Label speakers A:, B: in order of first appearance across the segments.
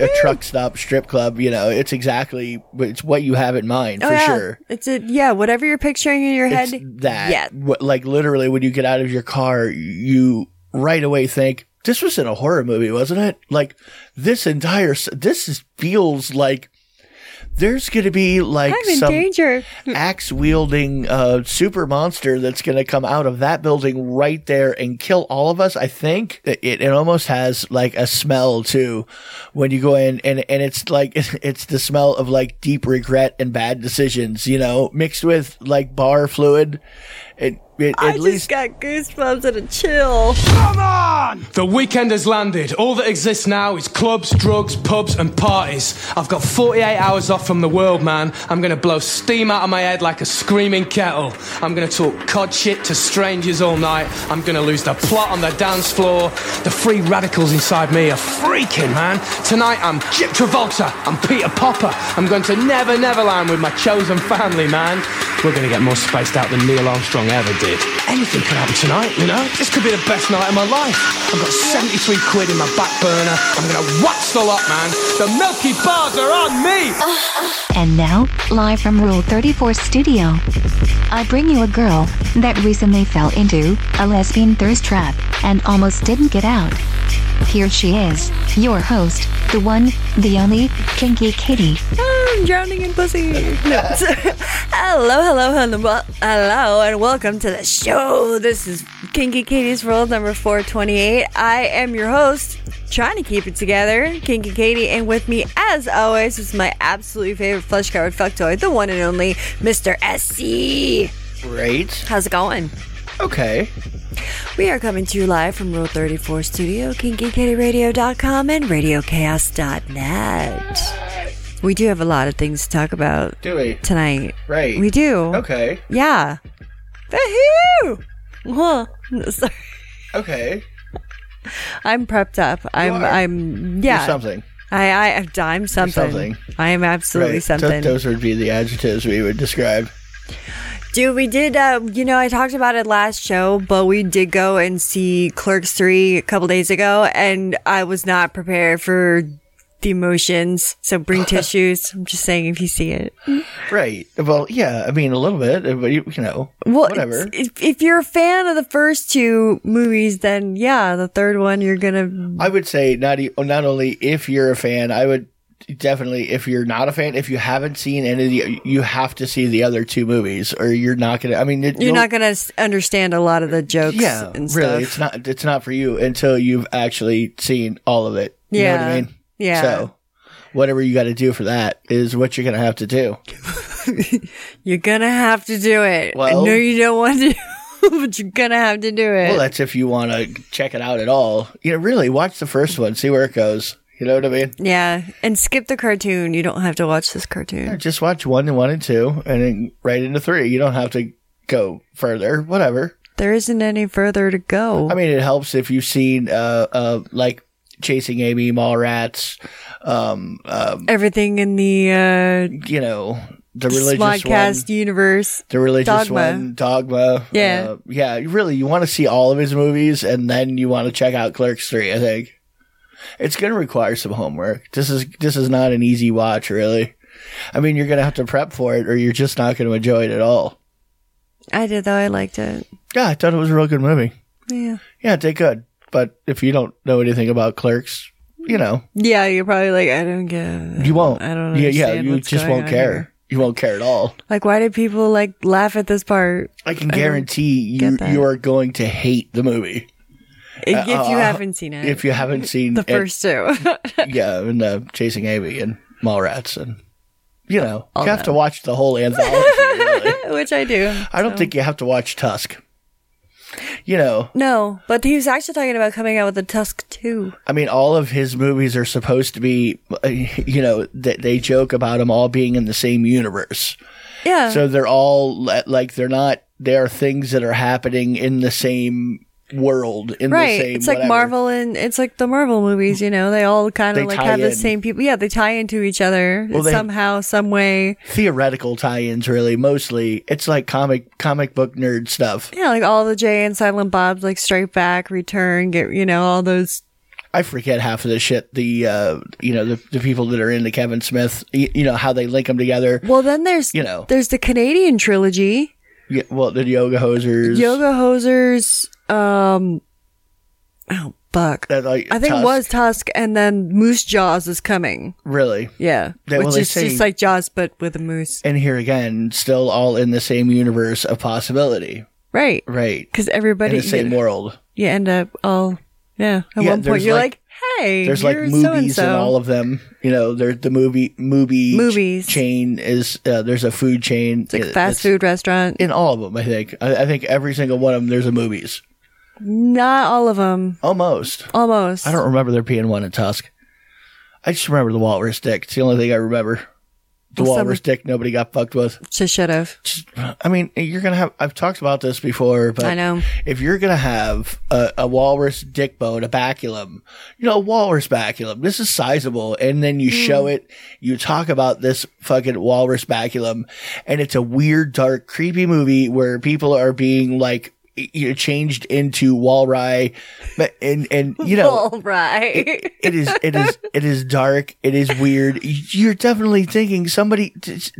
A: a truck stop strip club. You know, it's exactly it's what you have in mind for
B: Oh, yeah.
A: sure.
B: It's a yeah, whatever you're picturing in your
A: It's
B: head.
A: that
B: Yeah.
A: What- like literally when you get out of your car, you right away think this was in a horror movie, wasn't it? Like this entire s- this is, feels like there's going to be like
B: I'm in
A: some
B: danger.
A: axe wielding uh, super monster that's going to come out of that building right there and kill all of us. I think it, it almost has like a smell too when you go in and, and it's like, it's the smell of like deep regret and bad decisions, you know, mixed with like bar fluid. It, it,
B: I
A: at
B: just
A: least
B: got goosebumps and a chill.
C: Come on! The weekend has landed. All that exists now is clubs, drugs, pubs, and parties. I've got 48 hours off from the world, man. I'm gonna blow steam out of my head like a screaming kettle. I'm gonna talk cod shit to strangers all night. I'm gonna lose the plot on the dance floor. The free radicals inside me are freaking, man. Tonight I'm Chip Travolta. I'm Peter Popper. I'm going to Never Neverland with my chosen family, man. We're gonna get more spaced out than Neil Armstrong ever did. Anything could happen tonight, you know? This could be the best night of my life. I've got 73 quid in my back burner. I'm gonna watch the lot, man. The Milky Bars are on me!
D: And now, live from Rule 34 Studio, I bring you a girl that recently fell into a lesbian thirst trap and almost didn't get out. Here she is, your host, the one, the only, Kinky Kitty.
B: Ah, I'm drowning in pussy. No. hello, hello, hello, wel- hello, and welcome to the show. This is Kinky Katie's World number 428. I am your host, trying to keep it together, Kinky Katie, and with me, as always, is my absolutely favorite flesh covered fucktoy, the one and only Mr. SC.
A: great.
B: How's it going?
A: Okay.
B: We are coming to you live from Rule 34 Studio, KinkyKittyRadio.com, and RadioChaos.net. We do have a lot of things to talk about
A: Do we?
B: tonight.
A: Right.
B: We do.
A: Okay.
B: Yeah. Woohoo! Huh. Sorry.
A: Okay.
B: I'm prepped up. I'm.
A: are.
B: I'm.
A: Do
B: Yeah.
A: something.
B: I. I. I'm something.
A: something.
B: I am absolutely
A: Right. Th-
B: something.
A: those would be the adjectives we would describe.
B: Dude, we did. Uh, you know, I talked about it last show, but we did go and see Clerks Three a couple days ago, and I was not prepared for the emotions. So bring tissues. I'm just saying, if you see it.
A: Right. Well, yeah. I mean, a little bit, but you, you know,
B: Well,
A: whatever.
B: it's- If, if you're a fan of the first two movies, then yeah, the third one you're gonna
A: I would say not e- not only if you're a fan, I would definitely if you're not a fan, if you haven't seen any of the, you have to see the other two movies, or you're not gonna. I mean, it,
B: You're
A: you'll-
B: not gonna s- understand a lot of the jokes.
A: Yeah,
B: and stuff.
A: really, it's not it's not for you until you've actually seen all of it. You know what
B: Yeah.
A: I mean?
B: Yeah.
A: So. Whatever you got to do for that is what you're going to have to do.
B: You're gonna have to do it. I
A: Well-
B: know you don't want to, but you're gonna have to do it.
A: Well, that's if you want to check it out at all. You know, really watch the first one, see where it goes. You know what I mean?
B: yeah, and skip the cartoon. You don't have to watch this cartoon.
A: Just watch one and one and two, and then right into three. You don't have to go further. Whatever.
B: There isn't any further to go.
A: I mean, it helps if you've seen uh, uh, like Chasing Amy, Mallrats, um, um,
B: Everything in the uh,
A: you know, the religious one,
B: podcast universe.
A: the religious
B: Dogma.
A: one, Dogma.
B: Yeah.
A: uh, yeah. you Really, you want to see all of his movies, and then you want to check out Clerks Three. I think it's going to require some homework. This is this is not an easy watch, really. I mean, you're going to have to prep for it, or you're just not going to enjoy it at all.
B: I did though. I liked it.
A: Yeah, I thought it was a real good movie.
B: Yeah.
A: Yeah, it did good. But if you don't know anything about Clerks, you know.
B: Yeah, you're probably like, I don't get.
A: You won't.
B: I don't
A: Yeah, yeah.
B: understand
A: You
B: what's
A: just
B: going
A: won't
B: on
A: care.
B: here.
A: You won't care at all.
B: Like, why did people like laugh at this part
A: I can guarantee
B: get
A: you
B: that.
A: you are going to hate the movie
B: if, if you
A: uh,
B: haven't seen it?
A: if you haven't seen
B: the
A: it-
B: first two.
A: yeah, and uh, Chasing Amy and Mallrats and you know you have to watch the whole anthology. really.
B: which I do.
A: I don't think you have to watch Tusk. You know,
B: No, but he was actually talking about coming out with a Tusk 2.
A: I mean, all of his movies are supposed to be, uh, you know, that they joke about them all being in the same universe.
B: Yeah.
A: So they're all le- like they're not. They are things that are happening in the same world in
B: right.
A: the same.
B: It's like
A: whatever.
B: Marvel and it's like the Marvel movies, you know, they all kind
A: They
B: of like
A: tie
B: have the
A: in.
B: same people. Yeah, they tie into each other
A: Well, they-
B: somehow, some way.
A: theoretical tie-ins, really. Mostly, it's like comic comic book nerd stuff.
B: Yeah, like all the Jay and Silent Bob, like Straight Back, Return, get, you know, all those.
A: I I forget half of the shit. The uh, you know the, the people that are into Kevin Smith, you, you know how they link them together.
B: Well, then there's
A: You know.
B: there's the Canadian trilogy,
A: Yeah, well, the yoga hosers,
B: Yoga Hosers, um, oh fuck,
A: That, like,
B: I think it
A: Uh, Tusk.
B: was Tusk, and then Moose Jaws is coming.
A: really.
B: Yeah,
A: They-
B: which
A: well, they
B: is
A: say-
B: just like Jaws but with a moose,
A: And here again, still all in the same universe of possibility,
B: right?
A: right?
B: Because
A: In
B: everybody,
A: the same
B: you,
A: world.
B: you end up all yeah. At
A: Yeah,
B: one
A: there's
B: point, you're
A: like-
B: like, hey,
A: There's like
B: you're
A: movies and
B: so-and-so.
A: all of them. You know, there the movie movie
B: Movies.
A: ch- chain is uh, there's a food chain.
B: It's like
A: It-
B: a fast
A: it's-
B: food restaurant.
A: in all of them. I think I, I think every single one of them. There's a movies
B: Not all of them.
A: almost.
B: Almost.
A: I don't remember there being one in Tusk. I just remember the walrus dick. It's the only thing I remember. The
B: Well, some-
A: walrus dick. Nobody got fucked with.
B: Just should have.
A: I mean, you're gonna have. I've talked about this before, but
B: I know.
A: if you're gonna have a, a walrus dick bone, a baculum, you know, a walrus baculum. This is sizable, and then
B: Mm.
A: you show it. You talk about this fucking walrus baculum, and it's a weird, dark, creepy movie where people are being like you know, changed into walry, but- and and you know,
B: all right.
A: it is it is it is dark it is weird you're definitely thinking somebody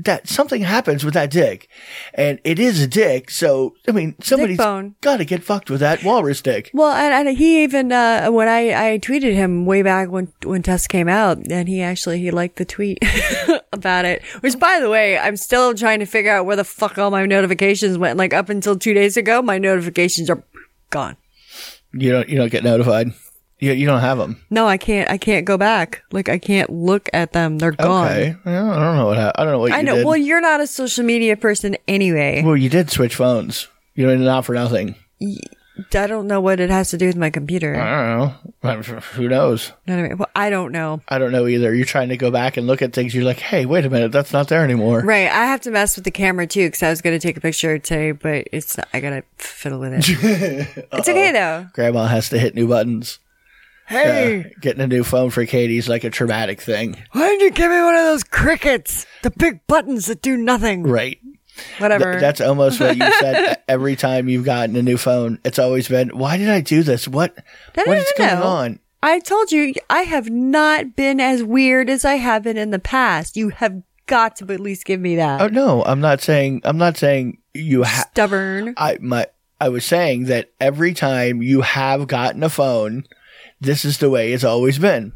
A: that something happens with that dick and it is a dick so i mean somebody's
B: bone.
A: gotta get fucked with that walrus dick
B: Well, and, and he even uh, when I, I tweeted him way back when when Tusk came out, and he actually he liked the tweet about it. Which, by the way, I'm still trying to figure out where the fuck all my notifications went. Like up until two days ago, my notifications are gone.
A: you don't you don't get notified you, you don't have them
B: No, I can't. I can't go back. Like I can't look at them. They're gone.
A: okay Well, i don't know what hap- i don't know what you
B: I know.
A: did
B: Well, you're not a social media person anyway.
A: well you did switch phones you know not for nothing
B: I don't know what it has to do with my computer.
A: i don't know who knows
B: Not a- well, I don't know.
A: i don't know either you're trying to go back and look at things you're like hey wait a minute that's not there anymore
B: Right, I have to mess with the camera too because I was going to take a picture today, but it's not, I gotta fiddle with it. it's okay though.
A: grandma has to hit new buttons. Hey, getting a new phone for Katie's like a traumatic thing,
B: Why didn't you give me one of those crickets, the big buttons that do nothing?
A: right? Th-
B: Whatever.
A: that's almost what you said every time you've gotten a new phone. It's always been, why did I do this? What,
B: No, no,
A: what is
B: no,
A: going
B: no.
A: on?
B: I told you I have not been as weird as I have been in the past. You have got to at least give me that.
A: Oh no, I'm not saying. I'm not saying you have.
B: Stubborn.
A: I my I was saying that every time you have gotten a phone, this is the way it's always been.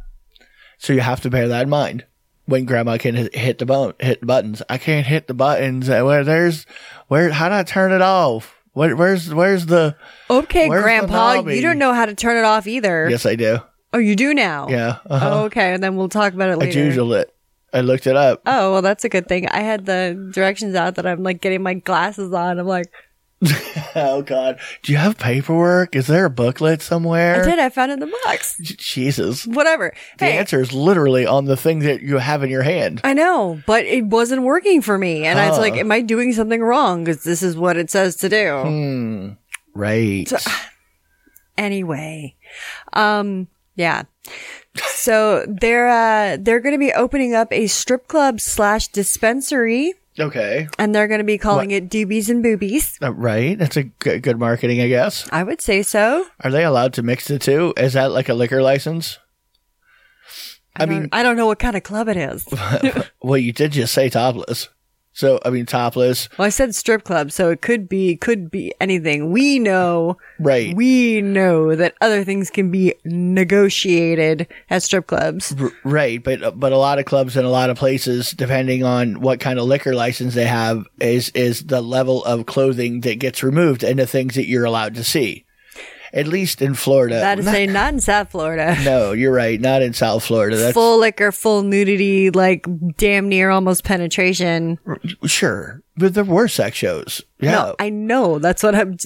A: So you have to bear that in mind when grandma can hit hit the bone, hit the buttons. I can't hit the buttons. Uh, Where there's where how do I turn it off? Where, where's where's the
B: Okay,
A: Where's the
B: Grandpa,
A: knobby?
B: you don't know how to turn it off either.
A: Yes, I do.
B: Oh, you do now.
A: Yeah. Uh-huh.
B: Oh, okay, and then we'll talk about it
A: I
B: later.
A: juggled it. I looked it up.
B: Oh, well, that's a good thing. I had the directions out that I'm like getting my glasses on. I'm like,
A: oh god. Do you have paperwork? Is there a booklet somewhere?
B: I did. I found it in the box.
A: J- Jesus.
B: Whatever.
A: The
B: Hey, Uh,
A: answer is literally on the thing that you have in your hand.
B: I know, but it wasn't working for me. And I was
A: Huh.
B: like, am I doing something wrong? Because this is what it says to do.
A: Hmm. Right.
B: Anyway, um, yeah. So they're, uh, they're going to be opening up a strip club slash dispensary
A: okay.
B: and they're going to be calling it Doobies and Boobies.
A: Uh, right. That's a g- good marketing, I guess.
B: I would say so.
A: Are they allowed to mix the two? Is that like a liquor license? I,
B: don't-
A: mean,
B: I don't know what kind of club it is. Well,
A: well, you did just say topless. So, I mean, topless,
B: I said strip club, so it could be, could be anything. We know
A: right?
B: we know that other things can be negotiated at strip clubs.
A: R- right. But, but a lot of clubs and a lot of places, depending on what kind of liquor license they have, is, is the level of clothing that gets removed and the things that you're allowed to see. At least in Florida.
B: That is
A: Not-
B: say not in South Florida.
A: no, you're right. Not in South Florida. That's
B: Full liquor, full nudity, like damn near almost penetration.
A: sure. But there were sex shows. Yeah.
B: No, I know. That's what I'm.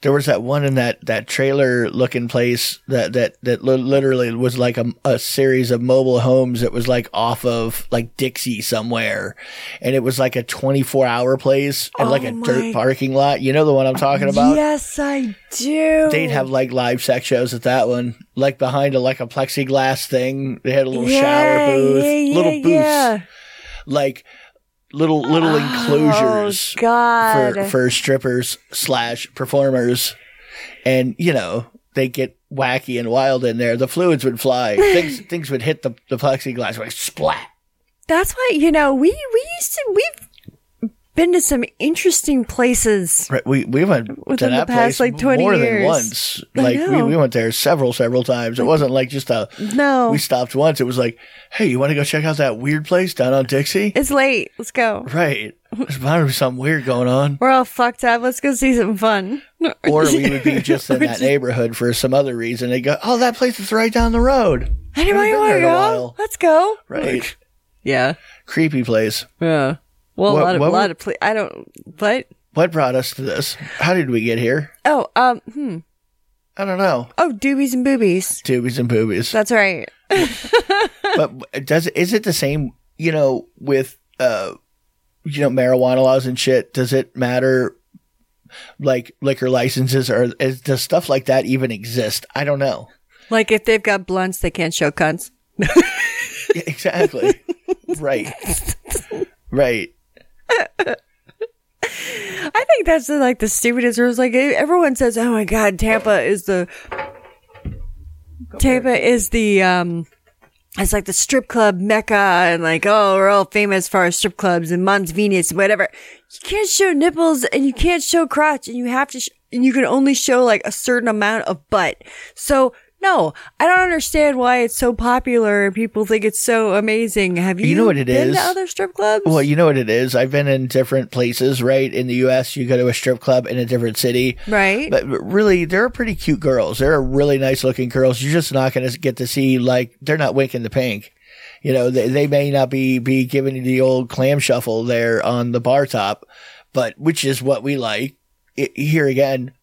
A: there was that one in that that trailer looking place that that that li- literally was like a, a series of mobile homes that was like off of like Dixie somewhere, and it was like a twenty four hour place and like a dirt parking lot. You know the one I'm talking about.
B: Yes, I do.
A: They'd have like live sex shows at that one, like behind a like a plexiglass thing. They had a little shower booth, little booths, like little little enclosures
B: God.
A: for for strippers slash performers, and you know they get wacky and wild in there, the fluids would fly. things things would hit the, the plexiglass like splat.
B: That's why, you know, we, we used to, we've been to some interesting places.
A: Right, we we went to
B: Within the
A: that
B: past,
A: place
B: like, 20
A: more than
B: years.
A: once.
B: I
A: Like we,
B: know.
A: we went there several several times. It wasn't like just a
B: No.
A: we stopped once. It was like, hey, you want to go check out that weird place down on Dixie?
B: It's late. Let's go.
A: right, there's bound to be something weird going on.
B: We're all fucked up. Let's go see some fun.
A: Or we would be just in that neighborhood for some other reason. They go, oh, that place is right down the road.
B: Anybody
A: been
B: want
A: there in
B: to
A: a
B: go?
A: while.
B: Let's go.
A: Right,
B: Yeah.
A: creepy place.
B: Yeah. Well,
A: What-
B: a lot of,
A: what
B: lot
A: were-
B: of, ple- I don't, but,
A: What brought us to this? How did we get here?
B: oh, um, hmm.
A: I don't know.
B: Oh, doobies and boobies.
A: Tubies and boobies.
B: That's right.
A: but does is it the same? You know, with uh, you know, marijuana laws and shit. Does it matter? Like liquor licenses, or is, does stuff like that even exist? I don't know.
B: Like if they've got blunts, they can't show cunts.
A: Yeah, Exactly. right. Right.
B: I think that's the, like the stupidest rules. Like everyone says, "Oh my God, Tampa is the Tampa is the um, it's like the strip club mecca, and like oh, we're all famous for our strip clubs and Mons Venus, whatever. You can't show nipples and you can't show crotch, and you have to, sh- and you can only show like a certain amount of butt. So." No, I don't understand why it's so popular and people think it's so amazing. Have you,
A: You know what it
B: been
A: is?
B: to other strip clubs?
A: Well, you know what it is. I've been in different places, right? In the U.S., you go to a strip club in a different city,
B: Right.
A: But but really, they're pretty cute girls. They're really nice looking girls. You're just not going to get to see like they're not winking the pink. You know, they, they may not be be giving you the old clam shuffle there on the bar top, but which is what we like I here again. it-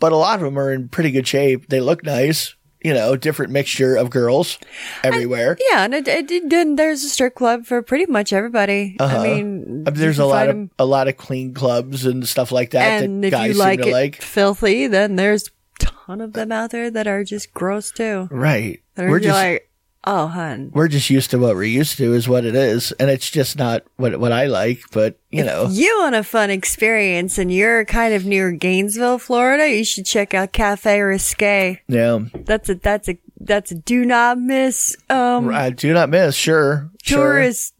A: but a lot of them are in pretty good shape. They look nice. You know, different mixture of girls everywhere.
B: Yeah, and it, it, it, then there's a strip club for pretty much everybody. I mean,
A: I mean, Uh-huh. Uh, there's
B: you
A: a
B: can
A: lot
B: find
A: of
B: 'em.
A: a lot of clean clubs and stuff like that
B: and
A: that
B: if you
A: guys
B: like
A: seem to
B: it
A: like.
B: filthy, then there's a ton of them out there that are just gross too.
A: Right.
B: That are
A: We're
B: just,
A: just
B: like, oh, hun.
A: we're just used to what we're used to is what it is, and it's just not what what I like. But you know,
B: You want a fun experience and you're kind of near Gainesville, Florida, you should check out Cafe Risque.
A: yeah,
B: That's a, that's a, that's a do not miss, um,
A: I do not miss. Sure, sure.
B: tourist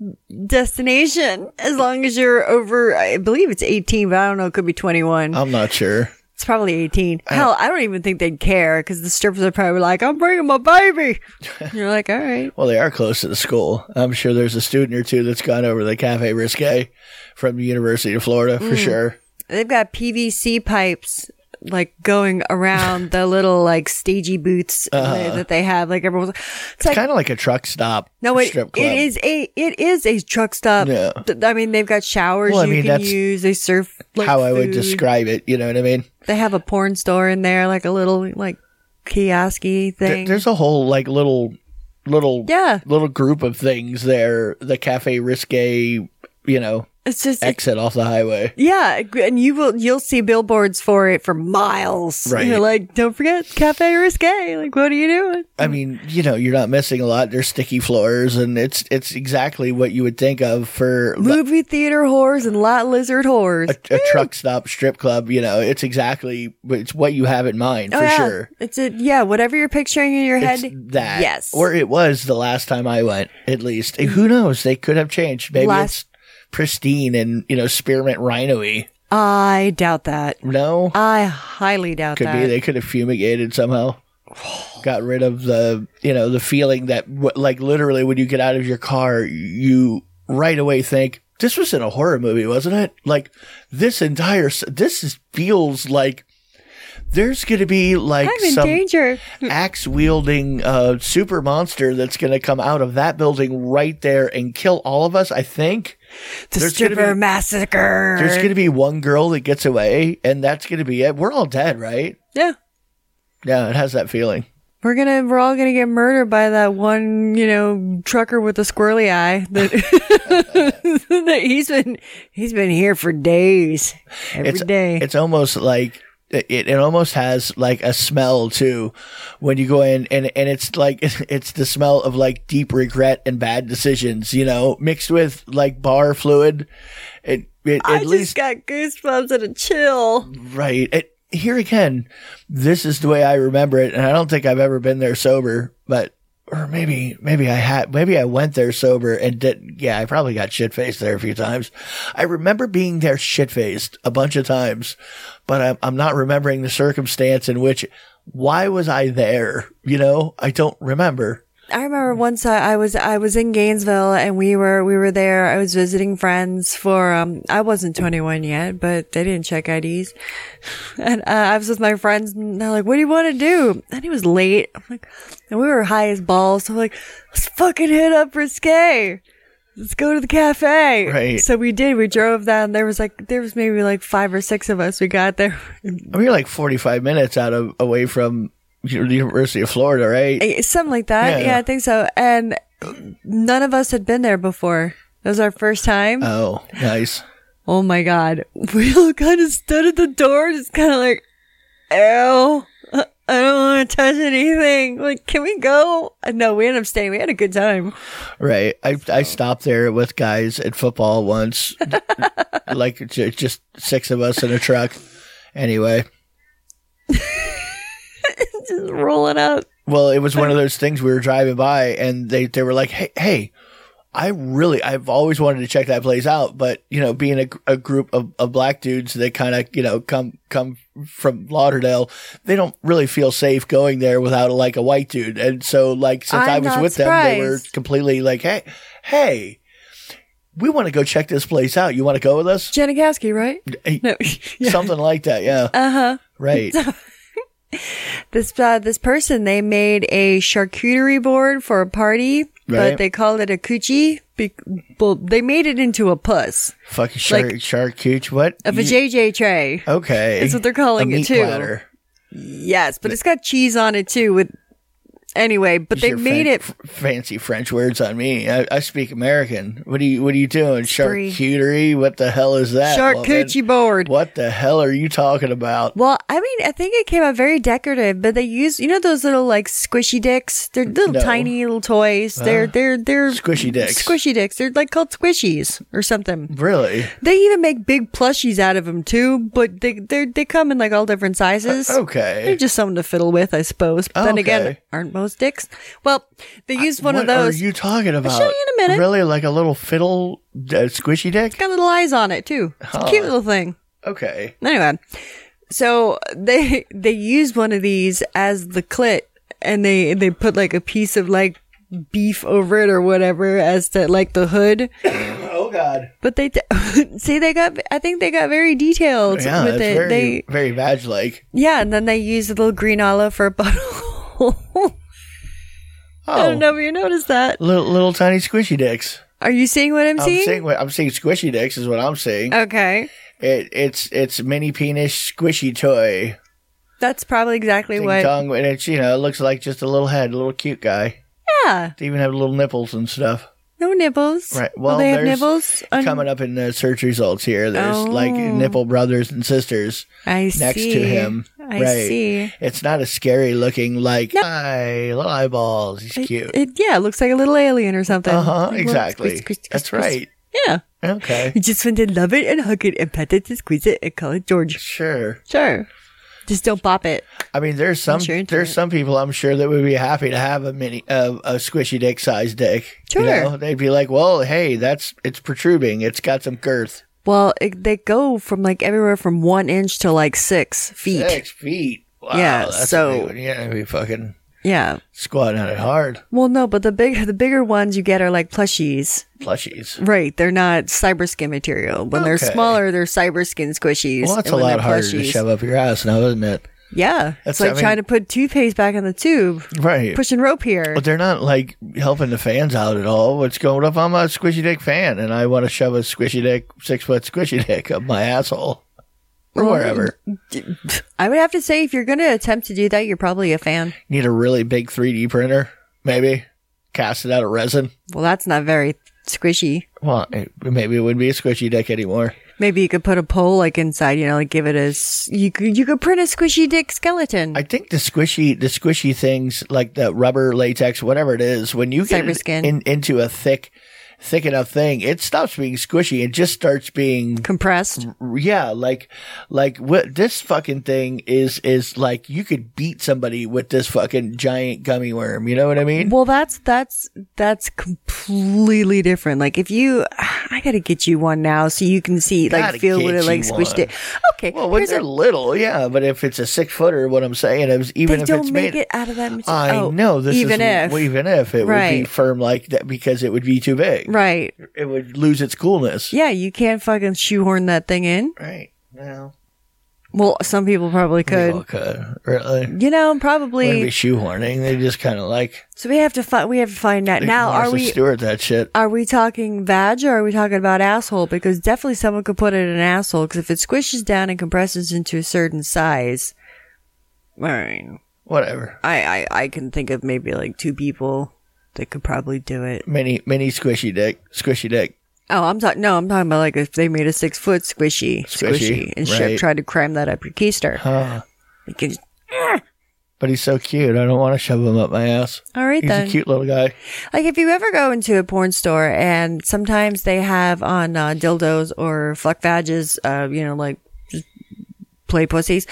B: destination as long as you're over, I believe it's 18, but I don't know, it could be 21.
A: I'm not sure.
B: It's probably 18.
A: Uh,
B: Hell, I don't even think they'd care because the strippers are probably like, I'm bringing my baby. And you're like, all right.
A: Well, they are close to the school. I'm sure there's a student or two that's gone over to the Cafe Risque from the University of Florida
B: Mm.
A: for sure.
B: They've got PVC pipes like going around the little like stagey booths
A: Uh-huh.
B: that- that they have. Like everyone's, it's like,
A: Kind of like a truck stop.
B: no, it,
A: strip
B: it
A: club.
B: is a, it is a truck stop.
A: Yeah.
B: Th- I mean, they've got showers
A: Well, I
B: you
A: mean,
B: can
A: that's
B: use. They serve like
A: how I would
B: food.
A: describe it. You know what I mean?
B: They have a porn store in there, like a little like kiosky
A: There-
B: thing.
A: there's a whole like little little
B: Yeah.
A: little group of things there the cafe risque you know
B: it's just, it's
A: exit off the highway
B: Yeah, and you will you'll see billboards for it for miles.
A: Right.
B: You're like, don't forget Cafe Risque. Like, what are you doing?
A: i mean you know you're not missing a lot there's sticky floors and it's it's exactly what you would think of for li- Uh,
B: Movie theater whores and lot lizard whores.
A: a, a truck stop strip club you know it's exactly it's what you have in mind
B: Oh,
A: for
B: yeah.
A: sure
B: It's a yeah, whatever you're picturing in your
A: it's
B: head.
A: that
B: Yes.
A: or it was the last time i went at least And who knows they could have changed maybe
B: Last-
A: it's pristine and you know spearmint rhino-y
B: I doubt that.
A: no
B: I highly doubt
A: Could
B: that.
A: be they could have fumigated somehow. Got rid of the you know the feeling that wh- like literally when you get out of your car you right away think this was in a horror movie wasn't it like this entire s- this is, feels like there's gonna be like
B: I'm in
A: some
B: danger.
A: axe wielding uh, super monster that's gonna come out of that building right there and kill all of us I think
B: The
A: there's gonna
B: stripper
A: be-
B: massacre.
A: there's gonna be one girl that gets away and that's gonna be it we're all dead right
B: yeah.
A: yeah it has that feeling.
B: We're gonna we're all gonna get murdered by that one, you know, trucker with the squirrely eye that, that he's been he's been here for days. every day.
A: it's, It's almost like it, it almost has like a smell too when you go in and, and it's like it's the smell of like deep regret and bad decisions, you know, mixed with like bar fluid. It, it
B: I
A: at
B: just
A: least
B: got goosebumps and a chill.
A: right. It, here again, this is the way I remember it, and I don't think I've ever been there sober, but or maybe maybe I had maybe I went there sober and did yeah, I probably got shit faced there a few times. I remember being there shit faced a bunch of times, but I'm I'm not remembering the circumstance in which why was I there? You know, I don't remember.
B: I remember once I, I was I was in Gainesville and we were we were there. I was visiting friends for um I wasn't 21 yet, but they didn't check IDs. And uh, I was with my friends and they're like, "What do you want to do?" And it was late. I'm like, and we were high as balls. So I'm like, "Let's fucking hit up Risque. Let's go to the cafe."
A: Right.
B: So we did. We drove down. There was like there was maybe like five or six of us. We got there.
A: I mean, you're like 45 minutes out of away from the University of Florida, right?
B: Eh, Something like that.
A: Yeah.
B: Yeah, I think so. And none of us had been there before. That was our first time.
A: Oh, nice.
B: oh my God. We all kind of stood at the door, just kind of like, ew. I don't want to touch anything. Like, can we go? Uh, No, we ended up staying. We had a good time.
A: Right. I I stopped there with guys at football once, like j- just six of us in a truck. Anyway,
B: Just rolling up.
A: well, it was one of those things we were driving by, and they they were like, "Hey, hey." I really, I've always wanted to check that place out, but you know, being a, gr- a group of, of black dudes that kind of, you know, come, come from Lauderdale, they don't really feel safe going there without like a white dude. And so like, since
B: I'm
A: i was
B: not
A: with them, they were
B: surprised.
A: completely like, Hey, Hey, we want to go check this place out. You want to go with us?
B: Janikowski, right?
A: Hey,
B: No. yeah.
A: Something like that. Yeah.
B: Uh huh.
A: Right.
B: This uh, this person they made a charcuterie board for a party,
A: Right.
B: but they called it a coochie. Be- well, they made it into a puss,
A: Fucking shark,
B: Like-
A: shark cooch. What?
B: a
A: You-
B: JJ tray.
A: Okay.
B: That's what they're
A: A
B: calling it
A: meat
B: too.
A: platter.
B: Yes, but it's got cheese on it too. With anyway, but they
A: Your
B: made
A: fan-
B: it.
A: f- fancy French words on me. I, I speak American. What are you? What are you doing?
B: Spree.
A: Charcuterie? What the hell is that? woman?
B: Charcuterie board.
A: What the hell are you talking about?
B: Well, I mean, I think it came out very decorative, but they use you know those little like squishy dicks. They're little
A: No.
B: tiny little toys. they're they're they're
A: Squishy dicks.
B: Squishy dicks. They're like called squishies or something.
A: Really?
B: They even make big plushies out of them too, but they they they come in like all different sizes. They're
A: Okay.
B: just something to fiddle with, I suppose. But then again,
A: Okay.
B: aren't most dicks? Well, they used one
A: what
B: of those.
A: are you talking about?
B: you in a minute.
A: Really, like a little fiddle uh, squishy dick?
B: got little eyes on it too. It's a
A: Oh.
B: cute little thing.
A: Okay.
B: Anyway, so they they used one of these as the clit, and they they put like a piece of like beef over it or whatever as to like the hood.
A: Oh God.
B: But they see they got I think they got very detailed
A: Yeah,
B: with
A: that's
B: it.
A: very
B: They
A: very vag like.
B: yeah, and then they used a little green olive for a butthole.
A: Oh,
B: I don't know if you noticed that.
A: little little tiny squishy dicks.
B: Are you seeing what I'm,
A: I'm
B: seeing?
A: seeing what I'm seeing squishy dicks is what I'm
B: Uh,
A: seeing.
B: Okay,
A: It, it's it's mini penis squishy toy
B: that's probably exactly
A: ding
B: what.
A: dong, and it's you know it looks like just a little head, a little cute guy.
B: Yeah,
A: They even have little nipples and stuff.
B: no nibbles.
A: Right.
B: Well,
A: Well,
B: they have
A: there's
B: nibbles. on-
A: Coming up in the search results here, there's
B: Oh.
A: like nipple brothers and sisters
B: I
A: next
B: see.
A: to him.
B: I
A: right.
B: see.
A: It's not a scary looking like hi, little eyeballs. He's cute.
B: It, yeah, it looks like a little alien or something.
A: Uh huh.
B: Like,
A: Exactly.
B: squish, squish, squish,
A: That's
B: squish.
A: right.
B: Yeah.
A: Okay.
B: You just want to love it and hug it and pet it and squeeze it and call it George.
A: Sure.
B: Sure. Just don't bop it.
A: I mean, there's some
B: sure into
A: there's
B: it.
A: some people I'm sure that would be happy to have a mini uh, a squishy dick sized dick.
B: Sure.
A: you know? they'd be like, "Well, hey, that's it's protruding. It's got some girth,
B: Well, it, they go from like everywhere from one inch to like six feet.
A: six feet. Wow,
B: Yeah,
A: that's a
B: so-
A: big one. yeah, be fucking
B: Yeah.
A: squatting on it hard.
B: Well, no, but the big, the bigger ones you get are like plushies.
A: Plushies.
B: Right. They're not cyber skin material. When they're
A: Okay.
B: smaller, they're cyber skin squishies.
A: Well, that's
B: and
A: a
B: when
A: lot
B: they're
A: harder to shove up your ass now, isn't it?
B: Yeah.
A: That's-
B: it's like
A: I mean-
B: trying to put toothpaste back in the tube.
A: Right.
B: Pushing rope here.
A: but they're not like helping the fans out at all. What's going up? I'm a squishy dick fan, and I want to shove a squishy dick, six foot squishy dick up my asshole or wherever.
B: I would have to say, if you're going to attempt to do that, you're probably a fan.
A: Need a really big 3D printer, maybe. Cast it out of resin.
B: Well, that's not very squishy.
A: Well, it- maybe it wouldn't be a squishy dick anymore.
B: Maybe you could put a pole like inside, you know, like give it a. s- You could you could print a squishy dick skeleton.
A: I think the squishy, the squishy things like the rubber, latex, whatever it is, when you get
B: Cyber
A: it
B: skin.
A: In, into a thick, thick enough thing, it stops being squishy and just starts being
B: compressed.
A: yeah, like like what this fucking thing is is like you could beat somebody with this fucking giant gummy worm. You know what I mean?
B: Well, that's that's that's completely different. Like if you, I gotta get you one now so you can see,
A: Gotta
B: like feel what
A: get
B: it like
A: you
B: squished
A: one.
B: it. Okay,
A: Well, when
B: here's a-
A: they're little, yeah, but if it's a six footer, what I'm saying is, even
B: they
A: if
B: don't
A: it's
B: make
A: made,
B: it out of that material.
A: I
B: Oh,
A: know this
B: even
A: is
B: if
A: even if it would be
B: Right.
A: firm like that because it would be too big,
B: right,
A: it would lose its coolness.
B: yeah, you can't fucking shoehorn that thing in.
A: Right. Well,
B: Well, some people probably
A: they
B: could.
A: all could really.
B: You know,
A: Wouldn't be
B: probably.
A: shoehorning. They just kind of like
B: So we have to find. We have to find that
A: they
B: now. Are
A: Martha
B: we?
A: Stewart that shit.
B: Are we talking vag or are we talking about asshole? Because definitely someone could put it in an asshole. Because if it squishes down and compresses into a certain size, I mean,
A: Whatever.
B: I, I, I can think of maybe like two people that could probably do it.
A: Mini mini squishy dick. Squishy dick.
B: Oh, I'm talking. No, I'm talking about like if they made a six foot squishy, squishy,
A: Squishy,
B: and shit,
A: right.
B: tried to cram that up your keister.
A: Huh.
B: You can just-
A: Ah, But he's so cute. I don't want to shove him up my ass.
B: all right
A: He's
B: then.
A: a cute little guy.
B: Like if you ever go into a porn store and sometimes they have on uh, dildos or fuck vages, uh, you know, like just play pussies.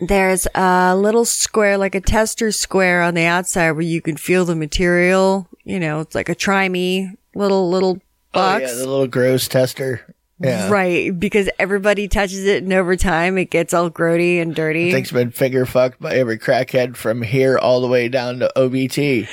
B: There's a little square, like a tester square on the outside where you can feel the material. You know, it's like a try me little, little box.
A: Oh, yeah, the little gross tester. Yeah.
B: Right. Because everybody touches it and over time it gets all grody and dirty.
A: Thing's been finger fucked by every crackhead from here all the way down to OBT.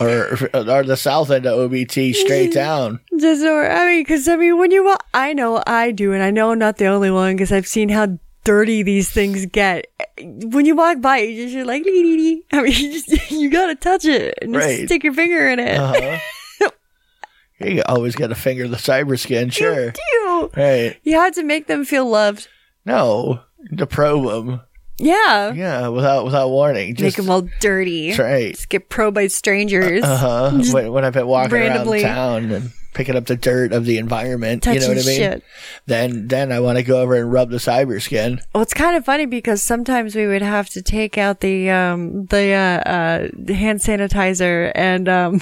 A: Or, or the south end of OBT, straight down.
B: Just or I mean, because I mean, when you wa- I know I do, and I know I'm not the only one because I've seen how dirty these things get. When you walk by, you just you're like, "Dee, dee, dee." I mean, you just you gotta touch it and just
A: Right. Uh-huh.
B: stick your finger in it.
A: You always got to finger the cyber skin, sure.
B: Ew.
A: Right.
B: You had to make them feel loved.
A: No, to probe them.
B: Yeah,
A: Yeah, without without warning.
B: make
A: Just,
B: them all dirty.
A: That's right.
B: Just get probed by strangers.
A: Uh-huh. When, when I've been walking
B: randomly.
A: around town and picking up the dirt of the environment,
B: Touching
A: you know what I mean?
B: shit.
A: Then then I want to go over and rub the cyber skin.
B: Well, it's kind of funny because sometimes we would have to take out the um the uh, uh the hand sanitizer and um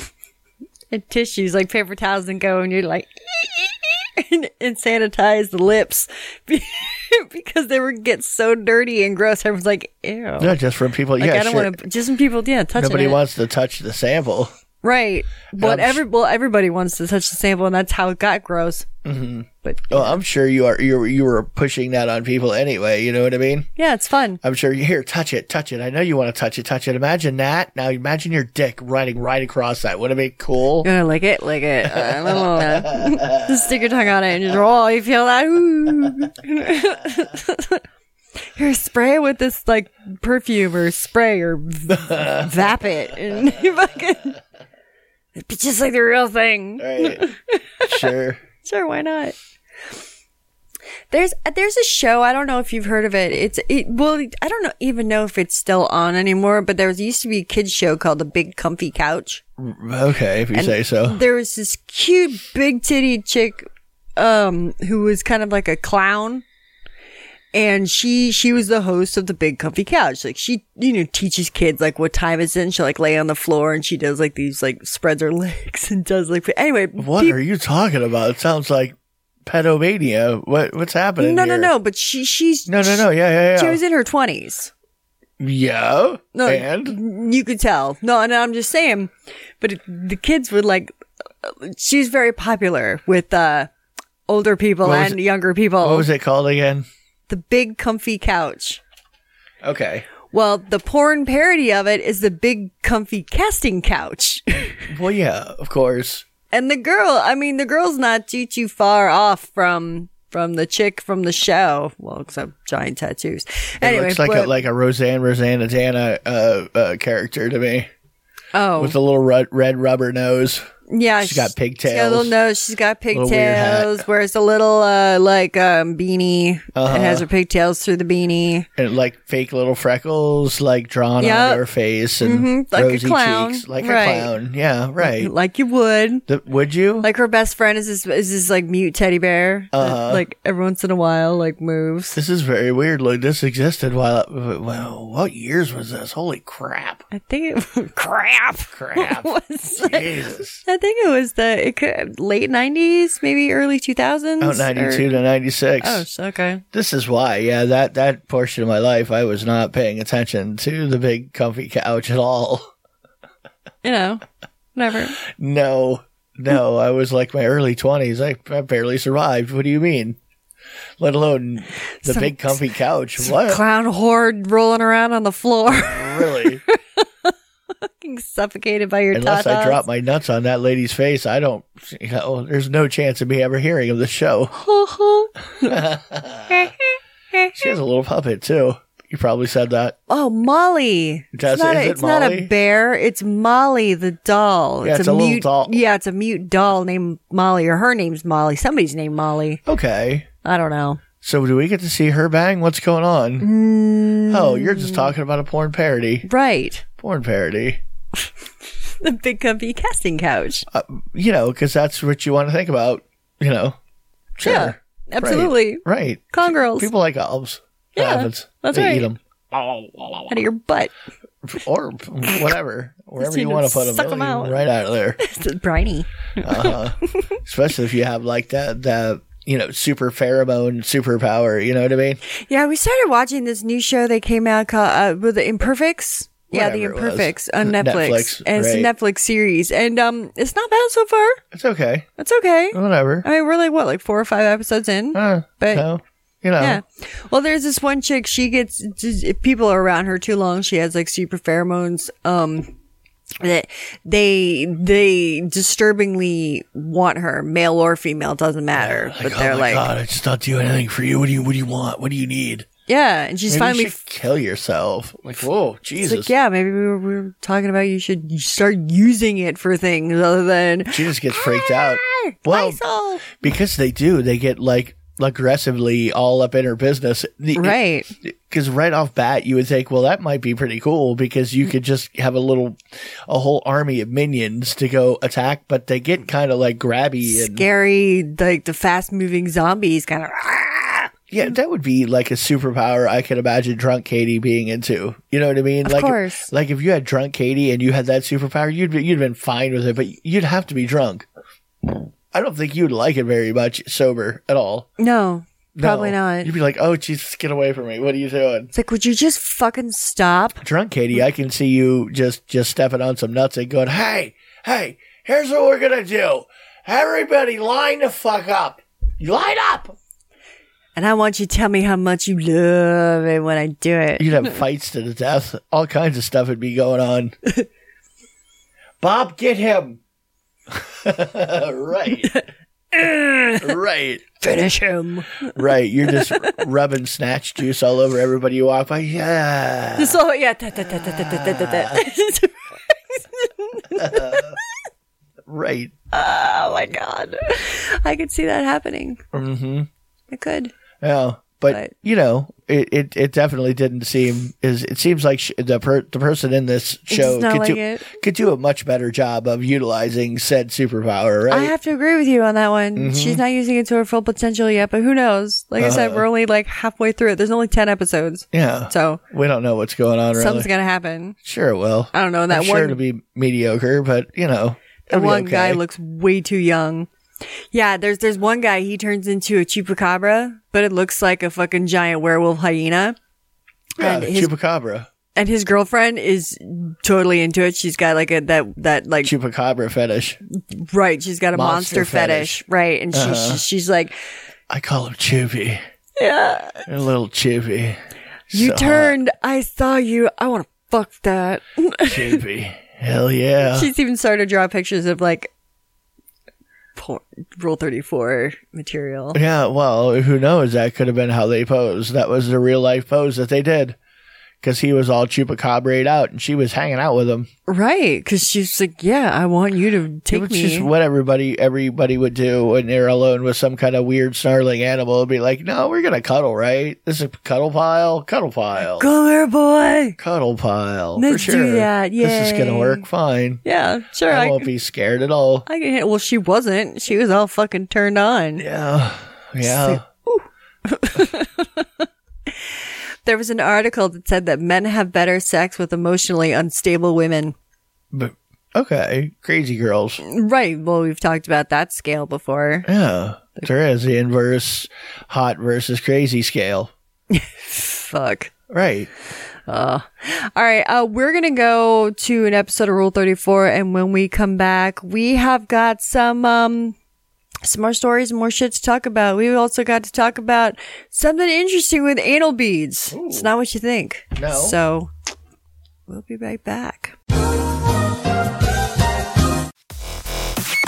B: and tissues like paper towels and go and you're like and, and sanitize the lips be- because they were get so dirty and gross. Everyone's like, ew.
A: No, just from people.
B: Like
A: yeah,
B: I don't
A: sure.
B: want to. Just some people, yeah, touching
A: Nobody
B: it.
A: wants to touch the sample.
B: right? But
A: I'm sh-
B: every well, everybody wants to touch the sample, and that's how it got gross. Mm-hmm. But
A: Well, I'm sure you are. You you were pushing that on people anyway. You know what I mean?
B: yeah, it's fun.
A: I'm sure you here. Touch it, touch it. I know you want to touch it, touch it. Imagine that. Now imagine your dick riding right across that. Wouldn't it be cool?
B: You know, lick it, lick it. Uh, blah, blah, blah. just stick your tongue on it and just roll. You feel that? Ooh. Here, spray it with this like perfume or spray or v- vap it, and you fucking it'd be just like the real thing.
A: Right. sure.
B: Sure, why not? There's there's a show I don't know if you've heard of it. It's it well I don't know, even know if it's still on anymore. But there was used to be a kids show called The Big Comfy Couch
A: Okay, if you say so.
B: there was this cute big titty chick um who was kind of like a clown and she she was the host of the big comfy couch like she you know teaches kids like what time it's in she like lay on the floor and she does like these like spreads her legs and does like anyway
A: What are you talking about? It sounds like pedomania. What what's happening?
B: no no
A: here?
B: no but she she's
A: no, no, no. Yeah, yeah, yeah.
B: she was in her 20s
A: yeah.
B: No,
A: and
B: you could tell. No, no, I'm just saying. But it, the kids would like. She's very popular with uh, older people
A: What was
B: and
A: it-
B: younger people.
A: what was it called again?
B: the big comfy couch.
A: Okay.
B: Well, the porn parody of it is the big comfy casting couch.
A: Well, yeah, of course.
B: and the girl, I mean, the girl's not too too far off from from the chick from the show. Well, except giant tattoos. anyway,
A: it looks like
B: but,
A: a like a Roseanne Rosanna Dana uh, uh, character to me
B: oh
A: with a little red, red rubber nose.
B: yeah,
A: she's got
B: She's got a
A: pigtails.
B: little nose. She's got
A: Little weird hat.
B: pigtails. Wears a little uh like um beanie.
A: Uh-huh.
B: And has her pigtails through the beanie.
A: And like fake little freckles, like drawn
B: Yep.
A: on her face and
B: Mhm, like a
A: rosy
B: clown.
A: cheeks, like
B: Right.
A: a clown. Yeah, right.
B: Like you would.
A: The- would you?
B: Like her best friend is this is this like mute teddy bear. that,
A: Uh-huh.
B: like every once in a while, like moves.
A: this is very weird. Like this existed while. Well, what years was this? Holy crap!
B: I think it crap.
A: Crap!
B: Was
A: Jesus.
B: I think it was the it could, late '90s, maybe early 2000s.
A: About 92 Oh, to 96.
B: Or, oh, okay.
A: This is why, yeah, that, that portion of my life, I was not paying attention to the big comfy couch at all.
B: You know, whatever.
A: No, no, I was like my early 20s. I, I barely survived. What do you mean? Let alone the
B: Some-
A: big comfy couch. What?
B: Clown horde rolling around on the floor,
A: really?
B: fucking suffocated by your
A: Unless I
B: tatas.
A: drop my nuts on that lady's face, I don't. You know, there's no chance of me ever hearing of the show. She has a little puppet, too. You probably said that.
B: Oh, Molly.
A: Does-
B: it's not,
A: is
B: a,
A: it
B: it's not
A: Molly?
B: a bear. It's Molly the doll.
A: Yeah, it's a little
B: mute,
A: doll.
B: Yeah, it's a mute doll named Molly, or her name's Molly. Somebody's named Molly.
A: Okay.
B: I don't know.
A: So do we get to see her bang? What's going on?
B: Mm.
A: Oh, you're just talking about a porn parody.
B: Right.
A: Porn parody.
B: The big comfy casting couch.
A: Uh, You know, because that's what you want to think about. You know. Sure.
B: Yeah. Absolutely.
A: Right.
B: Con girls.
A: People like elves. That
B: Yeah,
A: happens.
B: that's
A: they
B: right.
A: eat them
B: Out of your butt.
A: or whatever, wherever
B: Just, you
A: you
B: know,
A: want to put them.
B: suck 'em out.
A: right out of there.
B: It's briny.
A: Especially if you have like that that you know super pheromone superpower. You know what I mean?
B: Yeah, we started watching this new show that came out called uh, with the Imperfects. yeah, the
A: Whatever it was.
B: Imperfects on
A: N-
B: Netflix.
A: Netflix,
B: and it's a
A: right.
B: Netflix series, and um, it's not bad so far.
A: It's okay.
B: It's okay.
A: Whatever.
B: I mean, we're like what, like four or five episodes in,
A: Uh,
B: but
A: so you know.
B: yeah. Well, there's this one chick. She gets if people are around her too long. She has like super pheromones. Um, that they they disturbingly want her, male or female, doesn't matter. but
A: oh
B: they're
A: my
B: like,
A: God, I just don't do anything for you. What do you What do you want? What do you need?
B: yeah, and she's
A: Maybe
B: finally
A: you should kill yourself. Like, whoa,
B: It's
A: Jesus.
B: like, yeah, maybe we were, we were talking about you should start using it for things other than
A: She just gets freaked out.
B: well,
A: Well, because they do, they get like aggressively all up in her business. The-
B: Right.
A: because right off bat you would think well that might be pretty cool because you could just have a little a whole army of minions to go attack but they get kind of like grabby and
B: Scary, like the fast moving zombies kind of.
A: yeah that would be like a superpower i could imagine drunk katie being into you know what i mean of like
B: course.
A: like if you had drunk katie and you had that superpower you'd be, you'd been fine with it but you'd have to be drunk i don't think you'd like it very much sober at all
B: No,
A: No.
B: probably not.
A: you'd be like oh jesus get away from me what are you doing
B: It's like, would you just fucking stop?
A: drunk, Katie, I can see you just just stepping on some nuts and going, "Hey, hey, here's what we're gonna do. Everybody, line the fuck up. You line up."
B: And I want you to tell me how much you love it when I do it.
A: You'd have fights to the death. All kinds of stuff would be going on. Bob, get him. right. right.
B: Finish him.
A: Right. You're just rubbing snatch juice all over everybody you walk by. Yeah.
B: This whole yeah. da- da- da- da- da- da- da- Oh da.
A: Right.
B: oh my god, I could see that happening. Mm-hmm. I could.
A: Yeah, but
B: But-
A: you know, it, it, it definitely didn't seem is it seems like sh- the per, the person in this show
B: not
A: could do
B: like it.
A: could do a much better job of utilizing said superpower, right?
B: I have to agree with you on that one.
A: Mm-hmm.
B: She's not using it to her full potential yet, but who knows? Like I
A: Uh-huh.
B: said, we're only like halfway through it. There's only 10 episodes.
A: yeah,
B: So
A: we don't know what's going on. Really,
B: something's going to happen.
A: sure it will.
B: I don't know. Uh, That
A: I'm sure
B: one-
A: it'll be mediocre, but you know,
B: The
A: it'll be
B: one
A: okay.
B: guy looks way too young. Yeah, there's there's one guy, he turns into a chupacabra, but it looks like a fucking giant werewolf hyena.
A: yeah,
B: and his-
A: chupacabra,
B: And his girlfriend is totally into it. She's got like a that that like
A: chupacabra fetish.
B: right, she's got a
A: Monster Uh-huh.
B: monster, fetish. right? And she, she she's like,
A: I call him Chupy. Yeah, a little Chupy,
B: "You
A: So hot. Uh.
B: turned, I saw you. I want to fuck that."
A: Chupy. Hell yeah.
B: She's even started to draw pictures of like por- Rule 34 material.
A: Yeah, well, who knows? That could have been how they posed. That was the real life pose that they did. Because he was all chupacabra'd out and she was hanging out with him.
B: Right. Because she's like, yeah, I want you to
A: It
B: take
A: was
B: me.
A: just what everybody everybody would do when they're alone with some kind of weird snarling animal. It'd be like, no, we're gonna cuddle, right? This is cuddle pile, cuddle pile,
B: Come here, boy.
A: cuddle pile. for
B: Let's do
A: sure,
B: that,
A: this is gonna
B: yay.
A: work fine.
B: Yeah, sure.
A: I
B: I,
A: won't be scared at all.
B: I can hit. Well, she wasn't. She was all fucking turned on.
A: Yeah, yeah.
B: There was an article that said that men have better sex with emotionally unstable women.
A: But Okay. Crazy girls.
B: Right. Well, we've talked about that scale before.
A: Yeah. There is the inverse hot versus crazy scale.
B: Fuck.
A: Right.
B: All right, uh, we're gonna go to an episode of Rule Thirty Four, and when we come back, we have got some um some more stories and more shit to talk about. We've also got to talk about something interesting with anal beads. It's not what you think.
A: No.
B: So we'll be right back.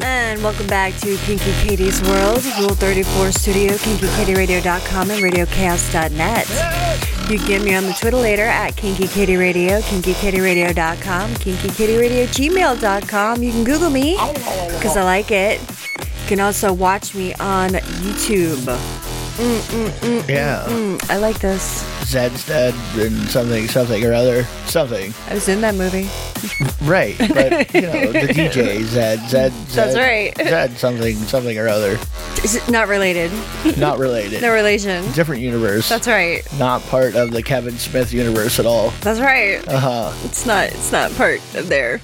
B: And welcome back to Kinky Katie's World, Rule 34 Studio, KinkyKatieRadio.com, and RadioChaos.net. You can get me on the Twitter later at Kinky Kitty Radio, KinkyKittyRadio.com, KinkyKittyRadioGmail.com. You can Google me because I like it. You can also watch me on YouTube.
A: Yeah.
B: Mm, I like this.
A: Zed's dead and something, something or other. Something.
B: I was in that movie.
A: Right. But, you know, the DJ, Zed, Zed, Zed.
B: That's right.
A: Zed, something, something or other.
B: Is it not related?
A: Not related.
B: No relation.
A: Different universe.
B: That's right.
A: Not part of the Kevin Smith universe at all.
B: That's right.
A: Uh-huh.
B: It's not. It's not part of there.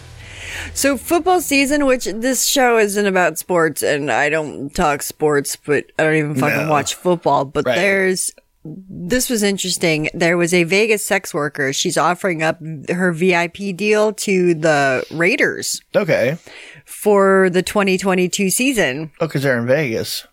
B: So football season, which this show isn't about sports, and I don't talk sports, but I don't even fucking
A: No.
B: watch football. But
A: Right.
B: there's. This was interesting. There was a Vegas sex worker. She's offering up her VIP deal to the Raiders
A: Okay.
B: for the 2022 season.
A: Oh, because they're in Vegas.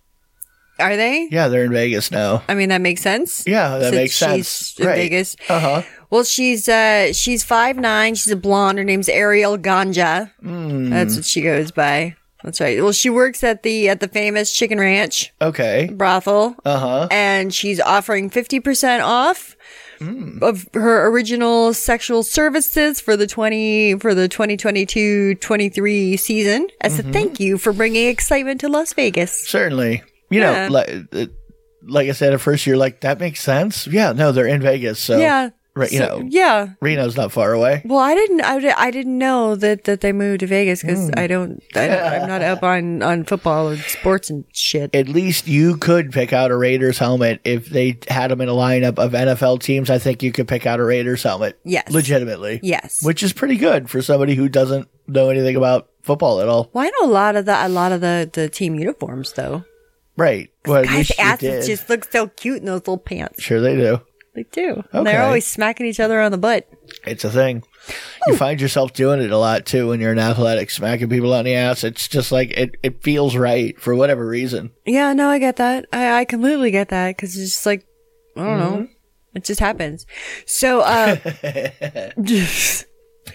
B: Are they?
A: Yeah, they're in Vegas now.
B: I mean, that makes sense.
A: Yeah, that
B: Since
A: makes
B: she's
A: sense.
B: In
A: Right.
B: Vegas.
A: Uh huh.
B: Well, she's uh she's five nine. She's a blonde. Her name's Ariel Ganja.
A: Hmm.
B: That's what she goes by. That's right. Well, she works at the at the famous Chicken Ranch
A: Okay.
B: brothel,
A: Uh huh.
B: and she's offering fifty percent off
A: Hmm.
B: of her original sexual services for the twenty for the 2022-23 season as
A: Mm-hmm.
B: a thank you for bringing excitement to Las Vegas.
A: Certainly. You
B: Yeah.
A: know, like, uh, like I said at first, you're like, that makes sense. Yeah, no, they're in Vegas. So,
B: yeah.
A: Right, you
B: So-
A: know,
B: Yeah.
A: Reno's not far away.
B: Well, I didn't, I, di- I didn't know that, that they moved to Vegas
A: Hmm.
B: because I don't, I don't, I'm not up on, on football or sports and shit.
A: At least you could pick out a Raiders helmet if they had them in a lineup of NFL teams. I think you could pick out a Raiders helmet.
B: Yes.
A: Legitimately.
B: yes.
A: Which is pretty good for somebody who doesn't know anything about football at all.
B: well, I know a lot of the, a lot of the, the team uniforms though.
A: Right. Well, at
B: Guys'
A: least you
B: asses
A: did.
B: just look so cute in those little pants.
A: Sure, they do.
B: They do. And They're
A: Okay.
B: always smacking each other on the butt.
A: It's a thing. You find yourself doing it a lot too when you're in athletics, smacking people on the ass. It's just like it, it feels right for whatever reason.
B: Yeah, no, I get that. I, I completely get that because it's just like, I don't know.
A: Mm-hmm.
B: It just happens. So, uh,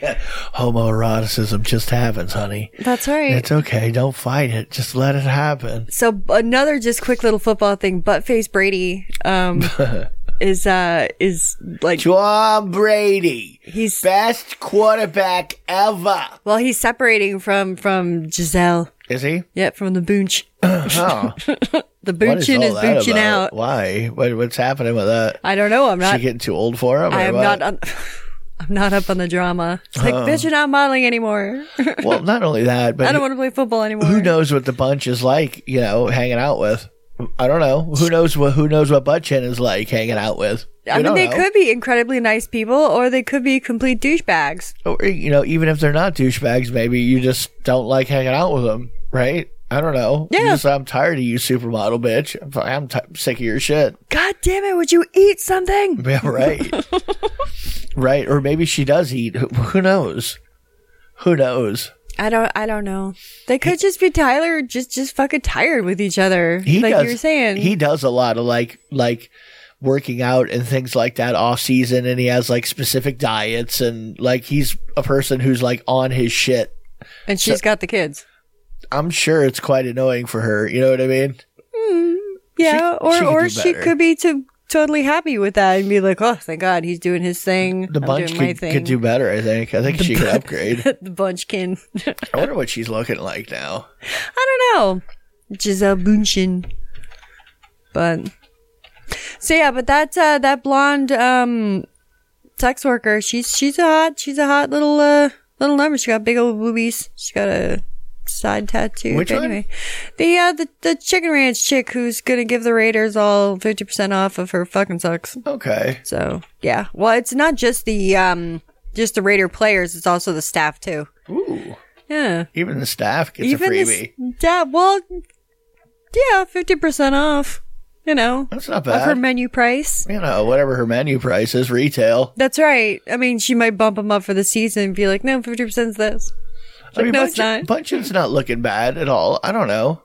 A: Homoeroticism just happens, honey.
B: that's right.
A: It's okay. Don't fight it. Just let it happen.
B: So another just quick little football thing. Buttface Brady um, is uh is like
A: Tom Brady,
B: he's
A: best quarterback ever.
B: well he's separating from from Giselle.
A: Is he?
B: Yeah, from the boonch.
A: Oh,
B: The
A: what is
B: boonching
A: all
B: is
A: that
B: boonching
A: about?
B: out.
A: Why? What, what's happening with that?
B: I don't know. I'm
A: Is she
B: not.
A: getting too old for him? or
B: I am
A: what? Uh-huh.
B: not. On, I'm not up on the drama. It's like bitch, you're not modeling anymore.
A: well, not only that, but
B: I don't want to play football anymore.
A: who knows what the bunch is like, you know, hanging out with. I don't know. Who knows what who knows what butt chin is like hanging out with. We
B: I mean,
A: don't
B: they
A: know.
B: could be incredibly nice people, or they could be complete douchebags.
A: Or, you know, even if they're not douchebags, maybe you just don't like hanging out with them, right? I don't know. You
B: Yeah.
A: just, I'm tired of you, supermodel bitch. I'm, fi- I'm ti sick of your shit.
B: God damn it! Would you eat something?
A: Yeah, right. right. Or maybe she does eat. Who, who knows? Who knows?
B: I don't. I don't know. They could just be tired, just just fucking tired with each other,
A: He
B: like
A: does,
B: you were saying.
A: He does a lot of like like working out and things like that off season and he has like specific diets and like he's a person who's like on his shit.
B: and she's got the kids.
A: I'm sure it's quite annoying for her, you know what I mean?
B: Yeah, or
A: she could
B: or
A: do
B: she
A: better.
B: could be to totally happy with that and be like, oh, thank God, he's doing his thing.
A: The
B: I'm
A: bunch
B: doing my
A: could,
B: thing.
A: could do better, I think. I think she could upgrade.
B: the bunchkin.
A: I wonder what she's looking like now.
B: I don't know, Giselle Bundchen, but so yeah, but that uh, that blonde um sex worker, she's she's a hot, she's a hot little uh little number. She got big old boobies. She got a side tattoo.
A: Which
B: But
A: one?
B: anyway, the uh the, the chicken ranch chick who's gonna give the Raiders all fifty percent off of her fucking sucks.
A: Okay.
B: So yeah, well, it's not just the um just the Raider players; it's also the staff too.
A: Ooh.
B: Yeah.
A: Even the staff gets a
B: Even
A: freebie.
B: this. Yeah, well, yeah, 50% off, you know,
A: That's not
B: of her
A: bad.
B: menu price.
A: you know, whatever her menu price is, retail.
B: That's right. I mean, she might bump them up for the season and be like, no, 50% is this.
A: I mean,
B: no, it's
A: Bunchen-
B: not.
A: Bunchen's not looking bad at all. I don't know.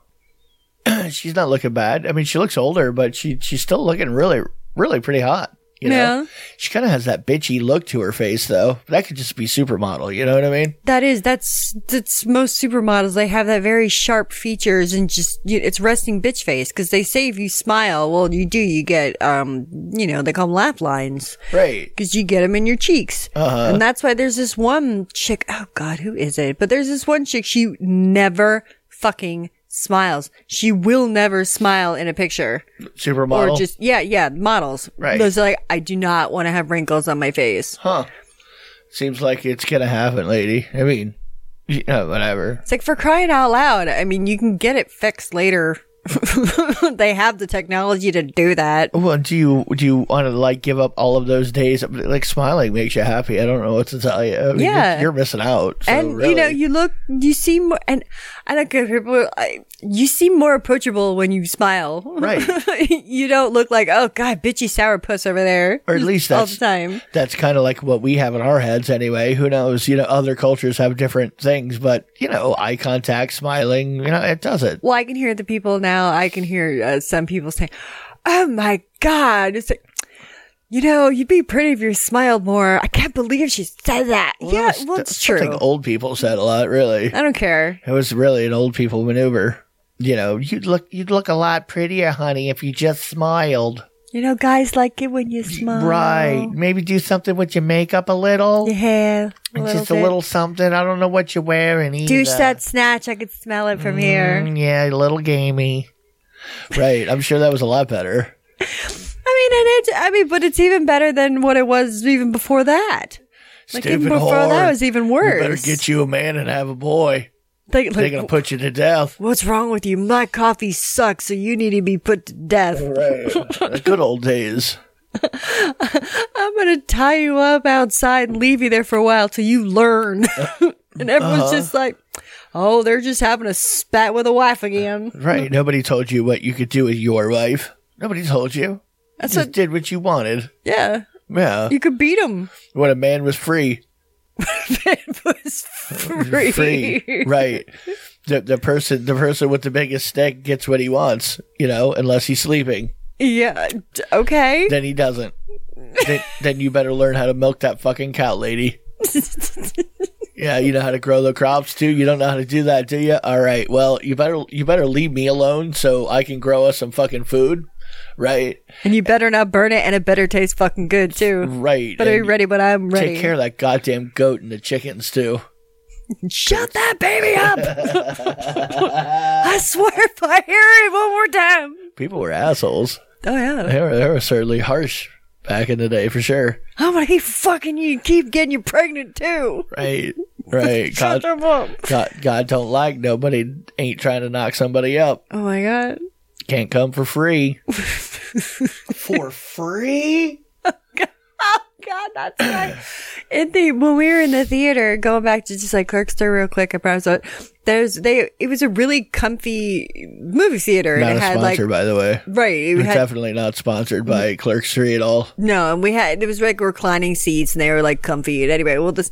A: She's not looking bad. I mean, she looks older, but she she's still looking really, really pretty hot. You know,
B: Yeah.
A: she kind of has that bitchy look to her face, though. That could just be supermodel. You know what I mean?
B: That is, that's, that's most supermodels. They have that very sharp features and just, you, it's resting bitch face because they say if you smile, well, you do, you get, um, you know, they call them laugh lines.
A: Right.
B: because you get them in your cheeks. And that's why there's this one chick. Oh God, who is it? But there's this one chick. She never fucking smiles. She will never smile in a picture
A: Supermodel.
B: or just yeah, yeah. Models,
A: Right.
B: Those are like, I do not want to have wrinkles on my face.
A: huh? Seems like it's gonna happen, lady. I mean, you know, whatever.
B: It's like for crying out loud. I mean, you can get it fixed later. they have the technology to do that.
A: Well, do you do you want to like give up all of those days? Like smiling makes you happy. I don't know what to tell you. I mean, you're-
B: Yeah.
A: you're, missing out. so
B: and you know
A: really.
B: you look you seem more and i don't care people I, you seem more approachable when you smile
A: Right.
B: you don't look like oh god bitchy sourpuss over there
A: or at least
B: all
A: that's
B: the time
A: that's kind of like what we have in our heads anyway. Who knows? You know, other cultures have different things, but you know, eye contact, smiling, you know, it does it.
B: well i can hear the people now i can hear uh, some people saying oh my god it's like you know, you'd be pretty if you smiled more. I can't believe she said that. yeah,
A: That's-
B: well,
A: that's
B: it's true.
A: Something old people said a lot, really.
B: I don't care.
A: It was really an old people maneuver. You know, you'd look you'd look a lot prettier, honey, if you just smiled.
B: You know, guys like it when you smile.
A: Right. Maybe do something with your makeup a little.
B: Your hair. a
A: It's just a
B: bit.
A: little something. I don't know what you're wearing either.
B: Douche that snatch. I could smell it from here.
A: Mm, yeah, a little gamey. Right. I'm sure that was a lot better.
B: I mean, and it. I mean, but it's even better than what it was even before that. Like even
A: Stupid
B: before
A: whore.
B: that was even worse.
A: You better get you a man and have a boy.
B: Like,
A: They're
B: like,
A: gonna put you to death.
B: what's wrong with you? My coffee sucks, so you need to be put to death.
A: Right. the good old days.
B: I'm gonna tie you up outside and leave you there for a while till you learn. and everyone's
A: Uh-huh.
B: just like, "Oh, they're just having a spat with a wife again."
A: Right. Nobody told you what you could do with your wife. Nobody told you.
B: That's
A: Just
B: what-
A: did what you wanted.
B: Yeah,
A: Yeah.
B: you could beat them.
A: When a man was free.
B: it was free.
A: Free. right. The, the person the person with the biggest stick gets what he wants, you know, unless he's sleeping.
B: Yeah. d- Okay.
A: Then he doesn't. then, then you better learn how to milk that fucking cow, lady. yeah, you know how to grow the crops too. You don't know how to do that, do you? All right. Well, you better you better leave me alone so I can grow us some fucking food. Right.
B: And you better not burn it, and it better taste fucking good too.
A: Right.
B: Better be
A: And
B: ready when I'm ready.
A: Take care of that goddamn goat and the chickens too.
B: Shut that baby up! I swear if I hear it one more time.
A: People were assholes.
B: Oh yeah.
A: They were, they were certainly harsh back in the day for sure.
B: I'm gonna keep fucking you and keep getting you pregnant too.
A: Right. Right.
B: Shut
A: God,
B: them up.
A: God, God don't like nobody ain't trying to knock somebody up.
B: Oh my god.
A: Can't come for free. for free?
B: Oh god, that's right. In the when we were in the theater, going back to just like Clerkster real quick, I promise. uh, There's they it was a really comfy movie theater
A: Not
B: and
A: a
B: it had
A: sponsor,
B: like
A: by the way.
B: right, it
A: It's
B: had Mm-hmm.
A: definitely not sponsored by Clerks 3 at all.
B: No, and we had it was like reclining seats, and they were like comfy. And anyway, well this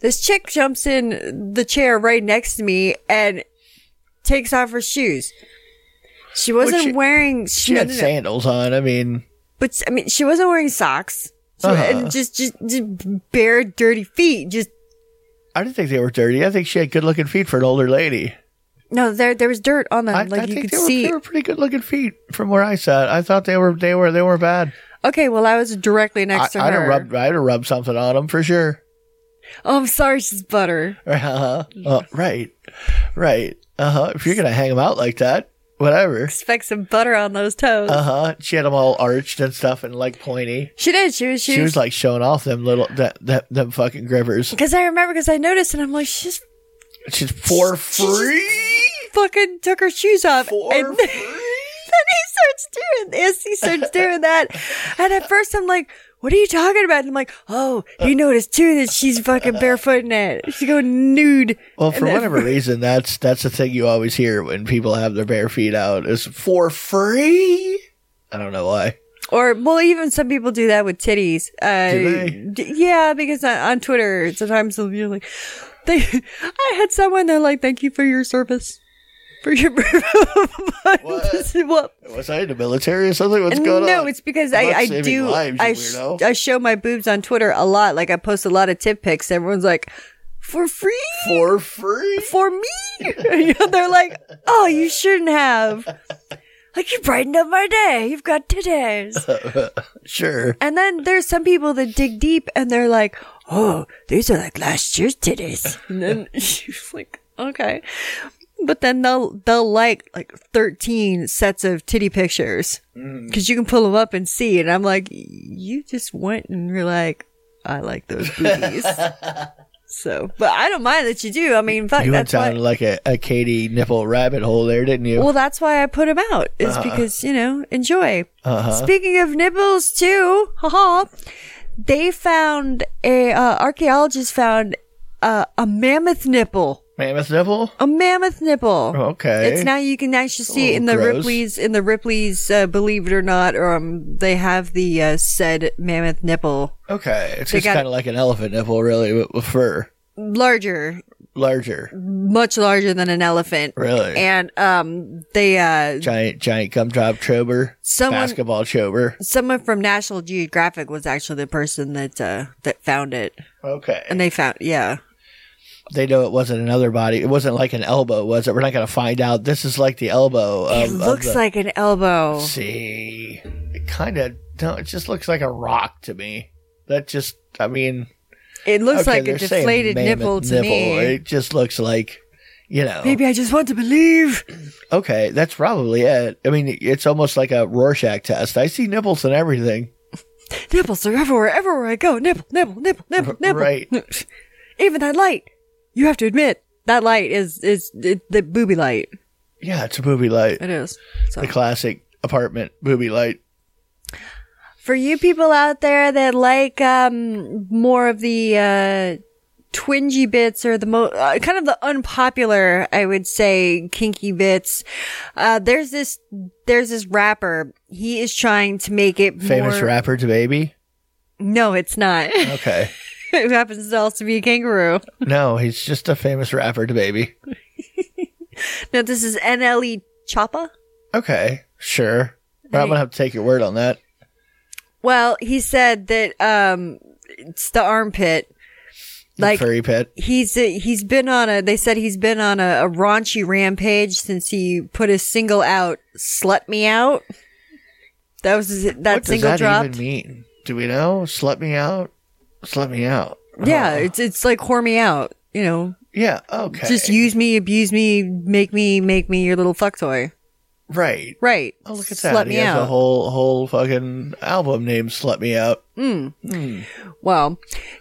B: this chick jumps in the chair right next to me and takes off her shoes. She wasn't
A: she-
B: wearing
A: She
B: no,
A: had
B: no, no.
A: sandals on. I mean,
B: but I mean she wasn't wearing socks. So
A: Uh-huh.
B: and just, just just bare dirty feet. Just
A: I didn't think they were dirty. I think she had good looking feet for an older lady.
B: no, there there was dirt on them,
A: I,
B: like
A: I
B: you
A: think
B: could
A: they were,
B: see.
A: they were pretty good looking feet from where I sat. I thought they were they were they were bad.
B: Okay, well I was directly
A: I,
B: next to
A: I'd
B: her.
A: have rubbed I'd have rubbed something on them for sure.
B: oh, I'm sorry, she's butter.
A: Uh-huh. Uh, right, right. Uh huh. If you're gonna hang them out like that, whatever.
B: Expect some butter on those toes.
A: Uh huh. She had them all arched and stuff and like pointy.
B: she did. She was. She,
A: She
B: was
A: was like showing off them little that that them fucking grippers.
B: Because I remember, because I noticed, and I'm like, she's
A: She's for free.
B: fucking took her shoes off. and then, then he starts doing this. He starts doing that. And at first, I'm like, what are you talking about? And I'm like, oh, you noticed too that she's fucking barefoot in it. She's going nude.
A: Well,
B: And
A: for
B: then-
A: whatever reason, that's that's the thing you always hear when people have their bare feet out is for free. I don't know why.
B: Or well, even some people do that with titties. Uh,
A: Do they?
B: d- yeah, because on, on Twitter sometimes they'll be like, they, I had someone they're like, "Thank you for your service." For your what? what?
A: Was I in the military or something? What's going on?
B: No, it's because I,
A: Not
B: I
A: saving
B: do
A: lives, you
B: I, sh-
A: weirdo.
B: I show my boobs on Twitter a lot. Like I post a lot of tip pics. Everyone's like, "For free."
A: for free.
B: for me. You know, They're like, oh, you shouldn't have. Like, you brightened up my day. You've got titties.
A: Sure.
B: And then there's some people that dig deep and they're like, oh, these are like last year's titties. And then she's like, okay. But then they'll, they'll like, like 13 sets of titty pictures because you can pull them up and see. And I'm like, you just went and you're like, I like those boobies. so, but I don't mind that you do. I mean, fuck,
A: You went
B: that's why-
A: down like a, a Katie nipple rabbit hole there, didn't you?
B: Well, that's why I put them out. Is
A: Uh-huh.
B: because you know enjoy. Speaking of nipples, too, haha, they found a uh, archaeologist found uh, a mammoth nipple.
A: Mammoth nipple? Oh,
B: A mammoth nipple.
A: Okay.
B: It's now you can actually see it in the
A: little gross.
B: Ripley's in the Ripley's uh, Believe It or Not, or um, they have the uh, said mammoth nipple
A: Okay. It's
B: They
A: just
B: got-
A: kind of like an elephant nipple, really, but with fur.
B: larger,
A: Larger.
B: much larger than an elephant.
A: Really?
B: And um, they uh,
A: giant, giant gumdrop chober.
B: Someone-
A: Basketball chober.
B: someone from National Geographic was actually the person that uh, that found it,
A: Okay.
B: and they found yeah.
A: they know it wasn't another body. It wasn't like an elbow, was it? We're not going to find out. This is like the elbow.
B: It
A: Of, of
B: looks
A: the-
B: like an elbow.
A: See, it kind of. No, it just looks like a rock to me. That just. I mean,
B: It looks
A: okay,
B: like
A: they're
B: a
A: saying
B: deflated
A: mammoth
B: nipple to me.
A: It just looks like. You know.
B: Maybe I just want to believe.
A: Okay, that's probably it. I mean, it's almost like a Rorschach test. I see nipples and everything.
B: Nipples are everywhere, everywhere I go. Nipple, nipple, nipple, nipple, nipple.
A: Right.
B: Even that light. You have to admit that light is is it, the booby light.
A: Yeah, it's a booby light.
B: It is. So.
A: The classic apartment booby light.
B: For you people out there that like um, more of the uh, twingy bits or the mo- uh, kind of the unpopular, I would say, kinky bits, uh, there's this there's this rapper. He is trying to make it
A: Famous
B: more-
A: rapper to baby.
B: No, it's not.
A: Okay.
B: it happens to also be a kangaroo.
A: no, he's just a famous rapper to baby.
B: No, this is NLE Choppa.
A: Okay, sure. But I'm gonna have to take your word on that.
B: Well, he said that um, it's the armpit. Like
A: furry pet.
B: he's uh, he's been on a they said he's been on a, a raunchy rampage since he put his single out slut me out that was his, that
A: What does
B: single
A: that
B: dropped
A: even mean? Do we know? Slut me out. Slut me out.
B: yeah
A: Oh.
B: it's it's like whore me out you know
A: Yeah. Okay.
B: just use me abuse me make me make me your little fuck toy
A: right.
B: right
A: Oh, look at
B: slut
A: that.
B: me
A: he has
B: out
A: a whole whole fucking album named "Slut Me Out."
B: well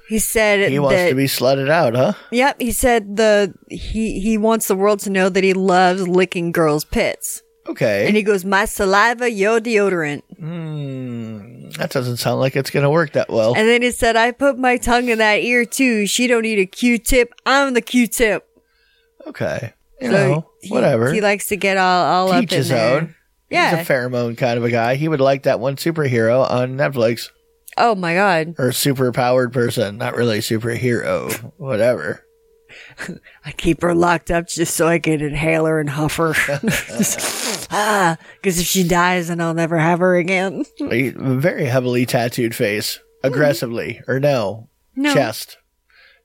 B: he said
A: He wants
B: that
A: to be slutted out, huh?
B: yep he said the he he wants the world to know that he loves licking girls pits
A: Okay.
B: and he goes my saliva your deodorant
A: Hmm, that doesn't sound like it's gonna work that well.
B: And then he said, I put my tongue in that ear too. She don't need a Q-tip. I'm the Q-tip.
A: okay. You
B: So
A: know,
B: he-
A: whatever.
B: He likes to get all, all up
A: Teach
B: in
A: his
B: there.
A: own.
B: Yeah.
A: He's a pheromone kind of a guy. He would like that one superhero on Netflix.
B: oh my God.
A: or super powered person, not really superhero, whatever.
B: I keep her locked up just so I can inhale her and huff her. ah, because if she dies, then I'll never have her again.
A: A very heavily tattooed face, aggressively, or no,
B: Hmm. No.
A: chest,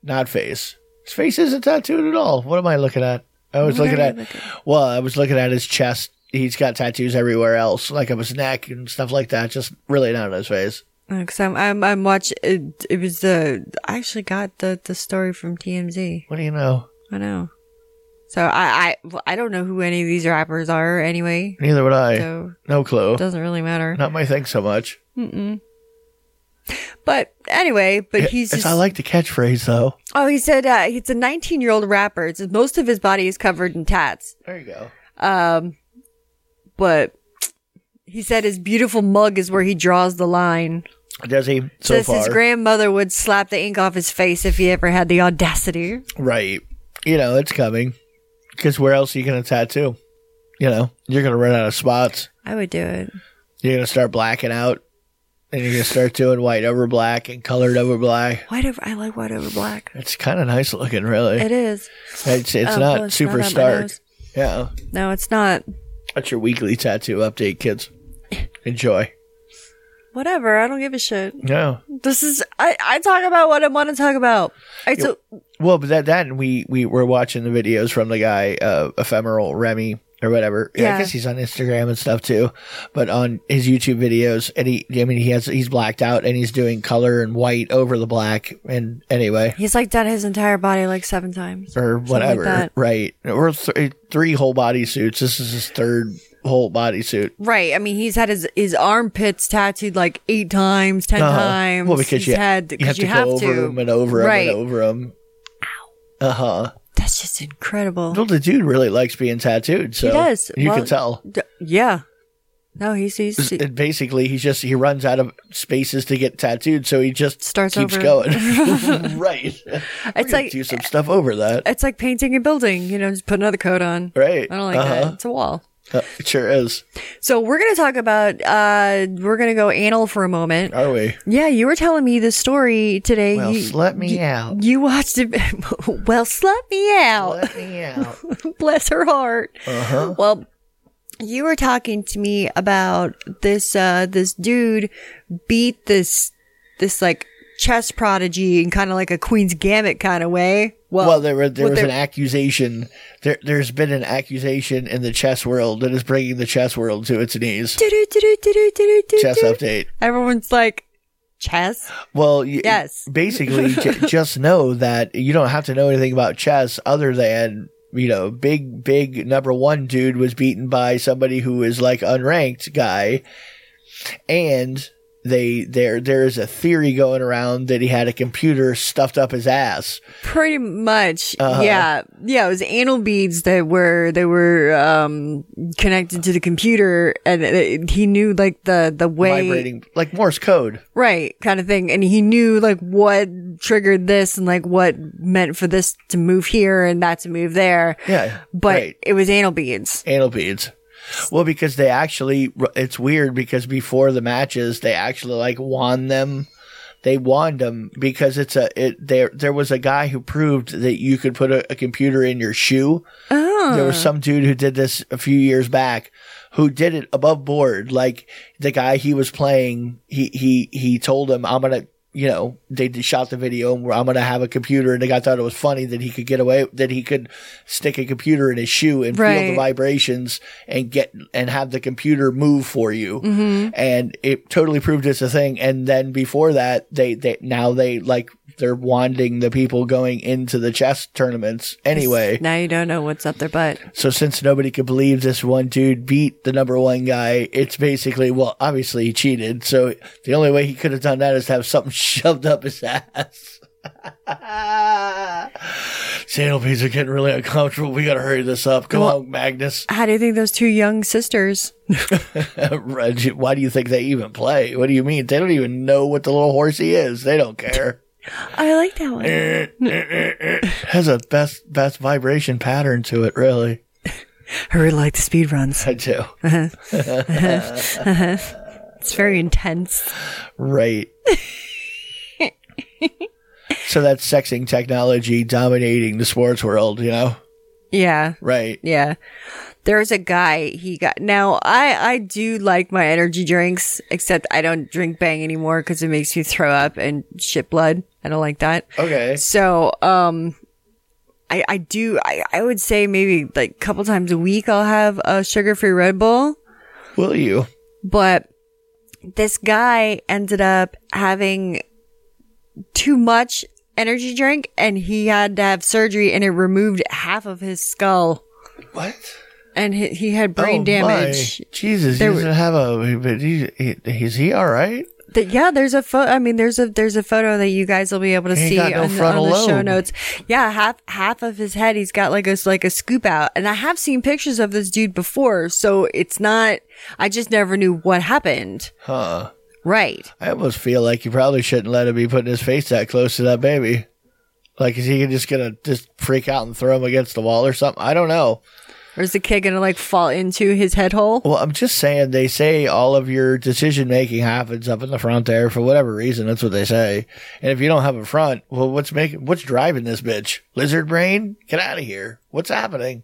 A: not face. His face isn't tattooed at all. What am I looking at? I was looking at, well, I was looking at his chest. He's got tattoos everywhere else, like up his neck and stuff like that. Just really not on his face.
B: Because Uh, I'm, I'm, I'm watching. It, it was the. I actually got the, the story from TMZ.
A: What do you know?
B: I know. So I, I, I don't know who any of these rappers are anyway.
A: Neither would I.
B: So
A: no clue.
B: doesn't really matter.
A: Not my thing so much.
B: But anyway, but he's
A: It's-
B: just.
A: I like the catchphrase though.
B: oh, he said uh, it's a 19 year old rapper. It's, most of his body is covered in tats.
A: There you go.
B: Um, but he said his beautiful mug is where he draws the line.
A: Does he? So
B: Says
A: far.
B: his grandmother would slap the ink off his face if he ever had the audacity.
A: Right. You know, it's coming. Because where else are you going to tattoo? You know, you're going to run out of spots.
B: I would do it.
A: You're going to start blacking out. And you're going to start doing white over black and colored over black.
B: White over, I like white over black.
A: It's kind of nice looking, really.
B: It is.
A: it's it's
B: Oh,
A: not
B: well, it's
A: super
B: not on my
A: stark.
B: nose.
A: Yeah.
B: No, it's not.
A: That's your weekly tattoo update, kids. Enjoy.
B: Whatever. I don't give a shit.
A: Yeah.
B: This is, I, I talk about what I want to talk about. I so,
A: Well, but that that and we we were watching the videos from the guy, uh, ephemeral Remy or whatever. Yeah, I
B: Yeah.
A: guess he's on Instagram and stuff too, but on his YouTube videos, and he, I mean, he has he's blacked out and he's doing color and white over the black, and anyway.
B: he's like done his entire body like seven times.
A: Or
B: Something like
A: whatever,
B: that.
A: right? Or th- eh, three whole body suits. This is his third whole body suit.
B: Right. I mean, he's had his, his armpits tattooed like eight times, 10
A: Uh-huh.
B: times.
A: Well, because
B: he's
A: you,
B: had,
A: you have
B: 'cause
A: to go over him and over him
B: right.
A: and over him. Uh huh.
B: That's just incredible.
A: Well, the dude really likes being tattooed, so
B: he does.
A: you
B: Well,
A: can tell.
B: d- yeah. No, he's, he's,
A: and basically he just he runs out of spaces to get tattooed, so he just
B: Starts
A: keeps
B: over.
A: going. right. It's
B: like-
A: do some stuff over that.
B: it's like painting a building, you know, just put another coat on.
A: Right. Uh-huh.
B: I don't like that. It's a wall.
A: Uh, it sure is.
B: So we're going to talk about, uh, we're going to go anal for a moment.
A: Are we?
B: Yeah, you were telling me this story today.
A: Well,
B: you,
A: slut me out.
B: you watched it. well, slut me out.
A: Slut me out.
B: Bless her heart.
A: Uh-huh.
B: Well, you were talking to me about this, uh, this dude beat this, this like chess prodigy in kind of like a Queen's Gambit kind of way. Well,
A: Well, there, were, there
B: what
A: was
B: they-
A: an accusation. There, there's been an accusation in the chess world that is bringing the chess world to its knees.
B: Do-do-do-do-do-do-do-do-do.
A: Chess update.
B: Everyone's like, chess?
A: Well, y-
B: Yes.
A: Basically, j- just know that you don't have to know anything about chess other than you know, big big number one dude was beaten by somebody who is like unranked guy, and they there there is a theory going around that he had a computer stuffed up his ass.
B: Pretty much.
A: Uh-huh.
B: Yeah. Yeah. It was anal beads that were, they were, um, connected to the computer and it, he knew like the, the way.
A: Vibrating like Morse code.
B: Right. Kind of thing. And he knew like what triggered this and like what meant for this to move here and that to move there.
A: Yeah,
B: But
A: right.
B: it was anal beads.
A: anal beads. Well, because they actually, it's weird because before the matches, they actually like won them. They won them because it's a it there. There was a guy who proved that you could put a, a computer in your shoe. There was some dude who did this a few years back, who did it above board. Like the guy he was playing, he he he told him, "I'm gonna." You know, they did- shot the video and I'm going to have a computer. And the guy thought it was funny that he could get away, that he could stick a computer in his shoe and feel the
B: Right.
A: vibrations and get and have the computer move for you and it totally proved it's a thing and then before that they they now they like they're wanding the people going into the chess tournaments anyway
B: Now you don't know what's up their butt.
A: so since nobody could believe this one dude beat the number one guy it's basically well obviously he cheated so the only way he could have done that is to have something shoved up his ass Sandalbees are getting really uncomfortable. We gotta hurry this up. Come on, Magnus.
B: How do you think those two young sisters
A: Reggie, Why do you think they even play? What do you mean? They don't even know what the little horsey is. They don't care.
B: I like that one.
A: Has a best best vibration pattern to it, really.
B: I really like the speed runs.
A: I do.
B: It's very intense.
A: Right. so that's sexing technology dominating the sports world, you know?
B: Yeah.
A: Right.
B: Yeah. There's a guy he got. Now, I, I do like my energy drinks, except I don't drink bang anymore because it makes me throw up and shit blood. I don't like that.
A: Okay.
B: So, um, I, I do, I, I would say maybe like a couple times a week I'll have a sugar free Red Bull,
A: Will you?
B: but this guy ended up having too much energy drink and he had to have surgery and it removed half of his skull
A: What?
B: and he, he had brain
A: Oh,
B: damage.
A: my. Jesus,
B: There
A: he
B: were-
A: doesn't have a. But he, he, is he all right?
B: Th- yeah, there's a photo. I mean, there's a there's a photo that you guys will be able to
A: He ain't
B: see
A: got no
B: on, the,
A: frontal
B: on the show
A: lobe.
B: notes. Yeah, half half of his head, he's got like a s- like a scoop out, and I have seen pictures of this dude before, so it's not. I just never knew what happened.
A: Huh.
B: Right.
A: I almost feel like you probably shouldn't let him be putting his face that close to that baby. Like, is he just gonna just freak out and throw him against the wall or something? I don't know.
B: Or is the kid gonna like fall into his head hole?
A: Well, I'm just saying they say all of your decision making happens up in the front there for whatever reason. That's what they say. And if you don't have a front, well, what's making, what's driving this bitch? Lizard brain? Get out of here. What's happening?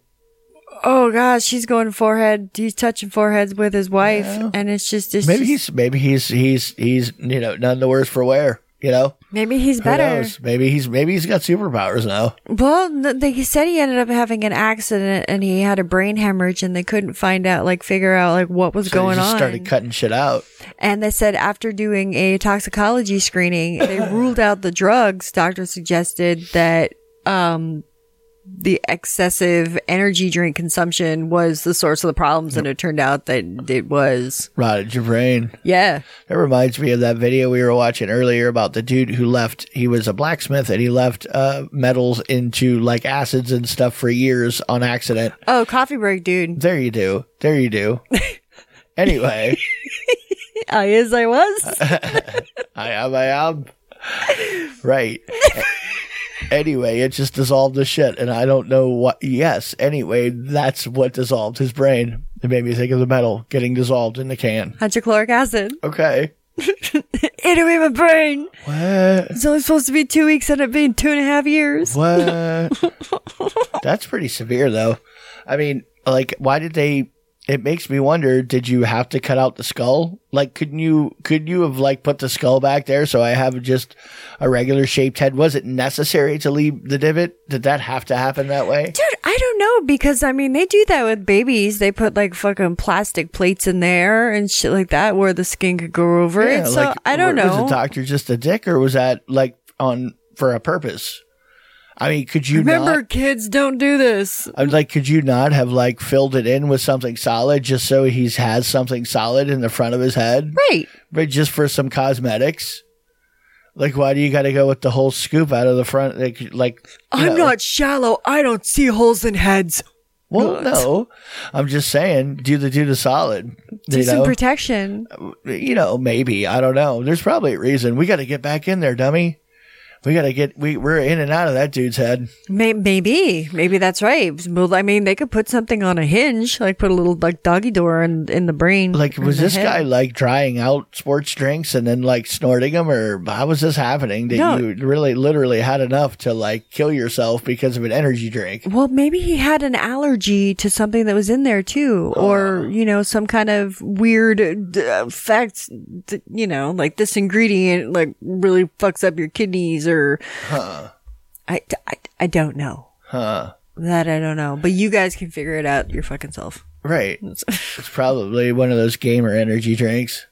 B: Oh gosh, he's going forehead. He's touching foreheads with his wife, and it's just it's
A: Maybe
B: just-
A: he's, maybe he's, he's, he's, you know, none the worse for wear, you know?
B: maybe he's
A: Who
B: better.
A: knows? Maybe he's, maybe he's got superpowers now.
B: Well, th- they said he ended up having an accident and he had a brain hemorrhage, and they couldn't find out like figure out like what was
A: So he
B: going
A: just
B: on.
A: started cutting shit out.
B: And they said after doing a toxicology screening, they ruled out the drugs. Doctors suggested that um, the excessive energy drink consumption was the source of the problems, and it turned out that it was.
A: Rotted your brain.
B: Yeah.
A: That reminds me of that video we were watching earlier about the dude who left. He was a blacksmith and he left uh, metals into like acids and stuff for years on accident.
B: Oh, coffee break, dude.
A: There you do. There you do. anyway,
B: I is, I was.
A: I am. I am. Right. anyway, it just dissolved the shit, and I don't know what. Yes. Anyway, that's what dissolved his brain. It made me think of the metal getting dissolved in the can.
B: Hydrochloric acid.
A: Okay.
B: It'll be my brain.
A: What?
B: It's only supposed to be two weeks, ended up being two and a half years.
A: What? That's pretty severe, though. I mean, like, why did they? It makes me wonder. Did you have to cut out the skull? Like, couldn't you? Could you have like put the skull back there so I have just a regular shaped head? Was it necessary to leave the divot? Did that have to happen that way?
B: Dude, I don't know because I mean they do that with babies. They put like fucking plastic plates in there and shit like that where the skin could go over it. So I don't
A: wa-
B: know.
A: Was the doctor just a dick, or was that like on for a purpose? I mean, could you
B: Remember,
A: not-
B: kids, don't do this.
A: I was like, could you not have like filled it in with something solid just so he's has something solid in the front of his head,
B: Right.
A: but just for some cosmetics? Like, why do you got to go with the whole scoop out of the front? Like, like you
B: I'm
A: know.
B: not shallow. I don't see holes in heads.
A: Well, no, I'm just saying, do the do the solid.
B: Do
A: you
B: some
A: know,
B: protection.
A: you know, maybe I don't know. There's probably a reason. We got to get back in there, dummy. We got to get we we're in and out of that dude's head.
B: May- Maybe, maybe that's right. Well, I mean, they could put something on a hinge, like put a little like doggy door in in the brain.
A: Like,
B: or in
A: was
B: the
A: this
B: head.
A: guy like drying out sports drinks and then like snorting them, or how was this happening that
B: No.
A: you really literally had enough to like kill yourself because of an energy drink?
B: Well, maybe he had an allergy to something that was in there too,
A: Oh.
B: or you know, some kind of weird d- effect. d- You know, like this ingredient like really fucks up your kidneys, or I, I, I don't know.
A: Huh.
B: That I don't know, but you guys can figure it out your fucking self.
A: Right. it's probably one of those gamer energy drinks.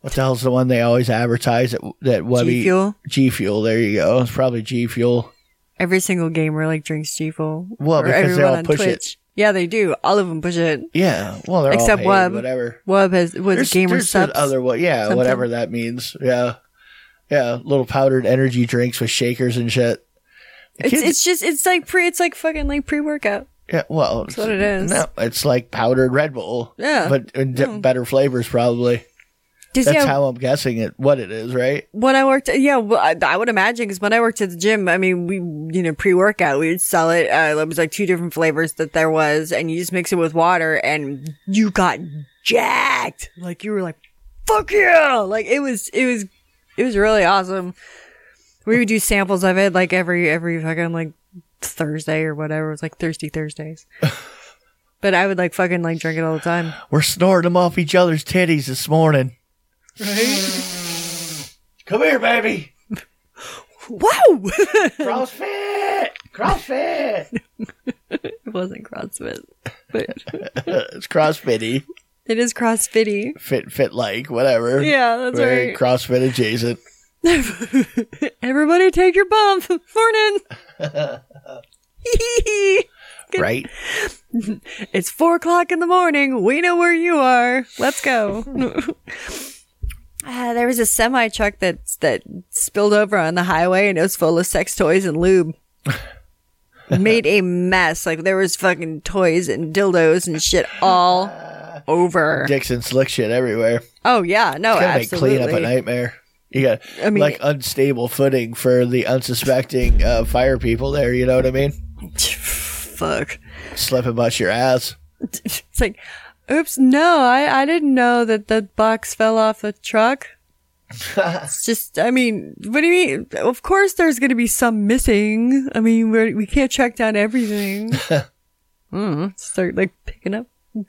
A: What the hell's the one they always advertise that that Webby
B: Fuel?
A: G Fuel. There you go. It's probably G Fuel.
B: Every single gamer like drinks G4.
A: Well,
B: or
A: because they
B: everyone
A: all
B: on
A: push it.
B: Yeah, they do. All of them push it,
A: Yeah. Well, they're
B: except
A: all paid,
B: Wub.
A: Whatever.
B: Wub has was gamer
A: there's that
B: subs.
A: other one. Yeah,
B: something.
A: whatever that means. Yeah. Yeah, little powdered energy drinks with shakers and shit. The
B: it's
A: kids-
B: it's just it's like pre it's like fucking like pre workout.
A: yeah, well,
B: what it is.
A: No, it's like powdered Red Bull.
B: Yeah. Hmm.
A: but in di- better flavors probably. That's how I'm guessing it. What it is, right?
B: when I worked, yeah, well, I, I would imagine because when I worked at the gym, I mean, we, you know, pre workout, we would sell it. Uh, it was like two different flavors that there was, and you just mix it with water, and you got jacked. Like you were like, "Fuck yeah!" Like it was, it was, it was really awesome. We would do samples of it like every every fucking like Thursday or whatever. It was like Thirsty Thursdays. But I would like fucking like drink it all the time.
A: We're snorting them off each other's titties this morning. Come here, baby.
B: Wow! it
A: CrossFit. CrossFit.
B: wasn't CrossFit, but
A: it's CrossFitty.
B: it is CrossFitty.
A: Fit, fit like whatever.
B: Yeah, that's
A: Very
B: right.
A: CrossFit adjacent.
B: Everybody take your bump. Morning.
A: Right.
B: it's four o'clock in the morning. We know where you are. Let's go. Uh, there was a semi truck that that spilled over on the highway and it was full of sex toys and lube. Made a mess. Like there was fucking toys and dildos and shit all over.
A: dicks and slick shit everywhere.
B: Oh yeah, no,
A: Gotta make
B: absolutely.
A: cleanup a nightmare. You got
B: I mean-
A: like unstable footing for the unsuspecting uh, fire people there. You know what I mean?
B: Fuck.
A: Slipping about your ass.
B: It's like, oops, no, I I didn't know that the box fell off the truck. it's just, I mean, what do you mean? Of course, there's going to be some missing. I mean, we're, we can't track down everything. mm, start like picking up,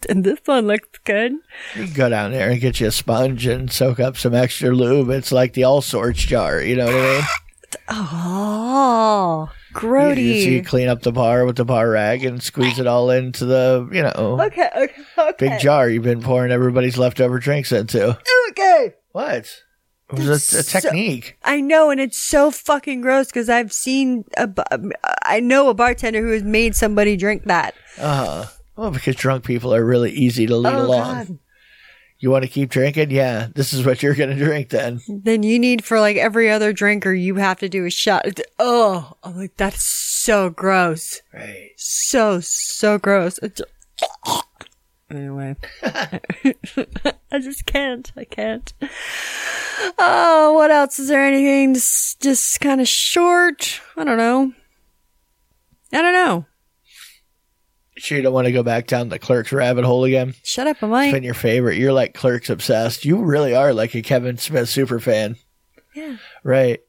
B: and this one looks good.
A: You can go down there and get you a sponge and soak up some extra lube. It's like the all sorts jar. You know what I mean?
B: Oh,
A: You, you, so you
B: grody.
A: clean up the bar with the bar rag and squeeze it all into the you know
B: Okay, okay, okay.
A: big jar you've been pouring everybody's leftover drinks into.
B: okay.
A: What? It was a, a
B: so-
A: technique.
B: I know, and it's so fucking gross because I've seen a, bu- I know a bartender who has made somebody drink that.
A: Well, because drunk people are really easy to lead
B: Oh,
A: along.
B: God.
A: You want to keep drinking? Yeah, this is what you're going to drink then.
B: Then you need for like every other drinker, you have to do a shot. It's- Oh, I'm like, that's so gross.
A: Right.
B: So, so gross. It's- Anyway, I just can't. I can't. Oh, what else? Is there anything just, just kind of short? I don't know. I don't know.
A: Sure, you don't want to go back down the clerk's rabbit hole again.
B: Shut up,
A: It's
B: Mike.
A: been your favorite. You're like clerks obsessed. You really are like a Kevin Smith super fan.
B: Yeah.
A: Right.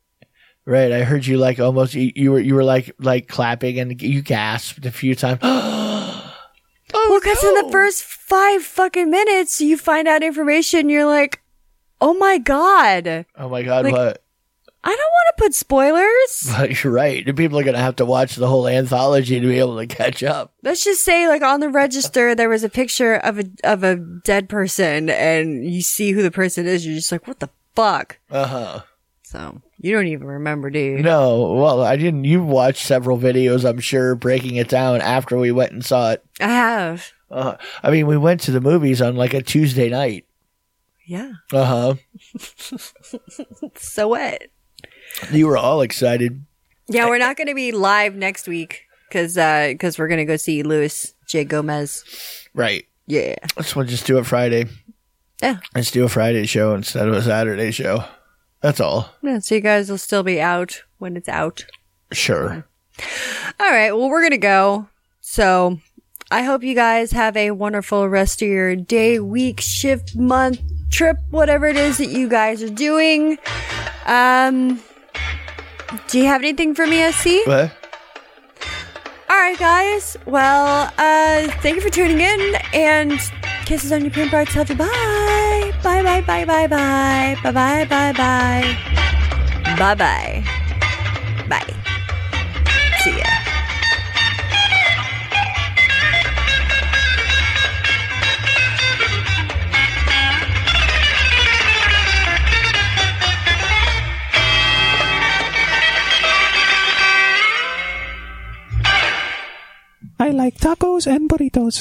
A: Right. I heard you like almost you, you were you were like like clapping and you gasped a few times.
B: Well, because in the first five fucking minutes, you find out information, you're like, oh my God. I
A: oh my god,
B: Like-
A: what?
B: don't want to put spoilers.
A: But you're right. People are going to have to watch the whole anthology to be able to catch up.
B: Let's just say, like, on the register, there was a picture of a, of a dead person, and you see who the person is. You're just like, what the fuck?
A: Uh
B: Uh-huh.
A: huh.
B: So, you don't even remember, do you?
A: No, well, I didn't. You watched several videos, I'm sure, breaking it down after we went and saw it.
B: I have.
A: Uh, I mean, we went to the movies on like a Tuesday night.
B: Yeah.
A: Uh huh.
B: So what?
A: You were all excited.
B: Yeah, we're not going to be live next week because uh, cause we're going to go see Luis J. Gomez.
A: Right.
B: Yeah.
A: Let's we'll just do a Friday.
B: Yeah.
A: Let's do a Friday show instead of a Saturday show. That's all.
B: Yeah, so you guys will still be out when it's out.
A: Sure.
B: All right. Well, we're going to go. So I hope you guys have a wonderful rest of your day, week, shift, month, trip, whatever it is that you guys are doing. Um, do you have anything for me, SC?
A: What?
B: All right, guys. Well, uh, thank you for tuning in and kisses on your pink bright self. Bye. Bye, bye, bye, bye, bye. Bye, bye, bye, bye. Bye, bye. Bye. See ya.
E: I like tacos and burritos.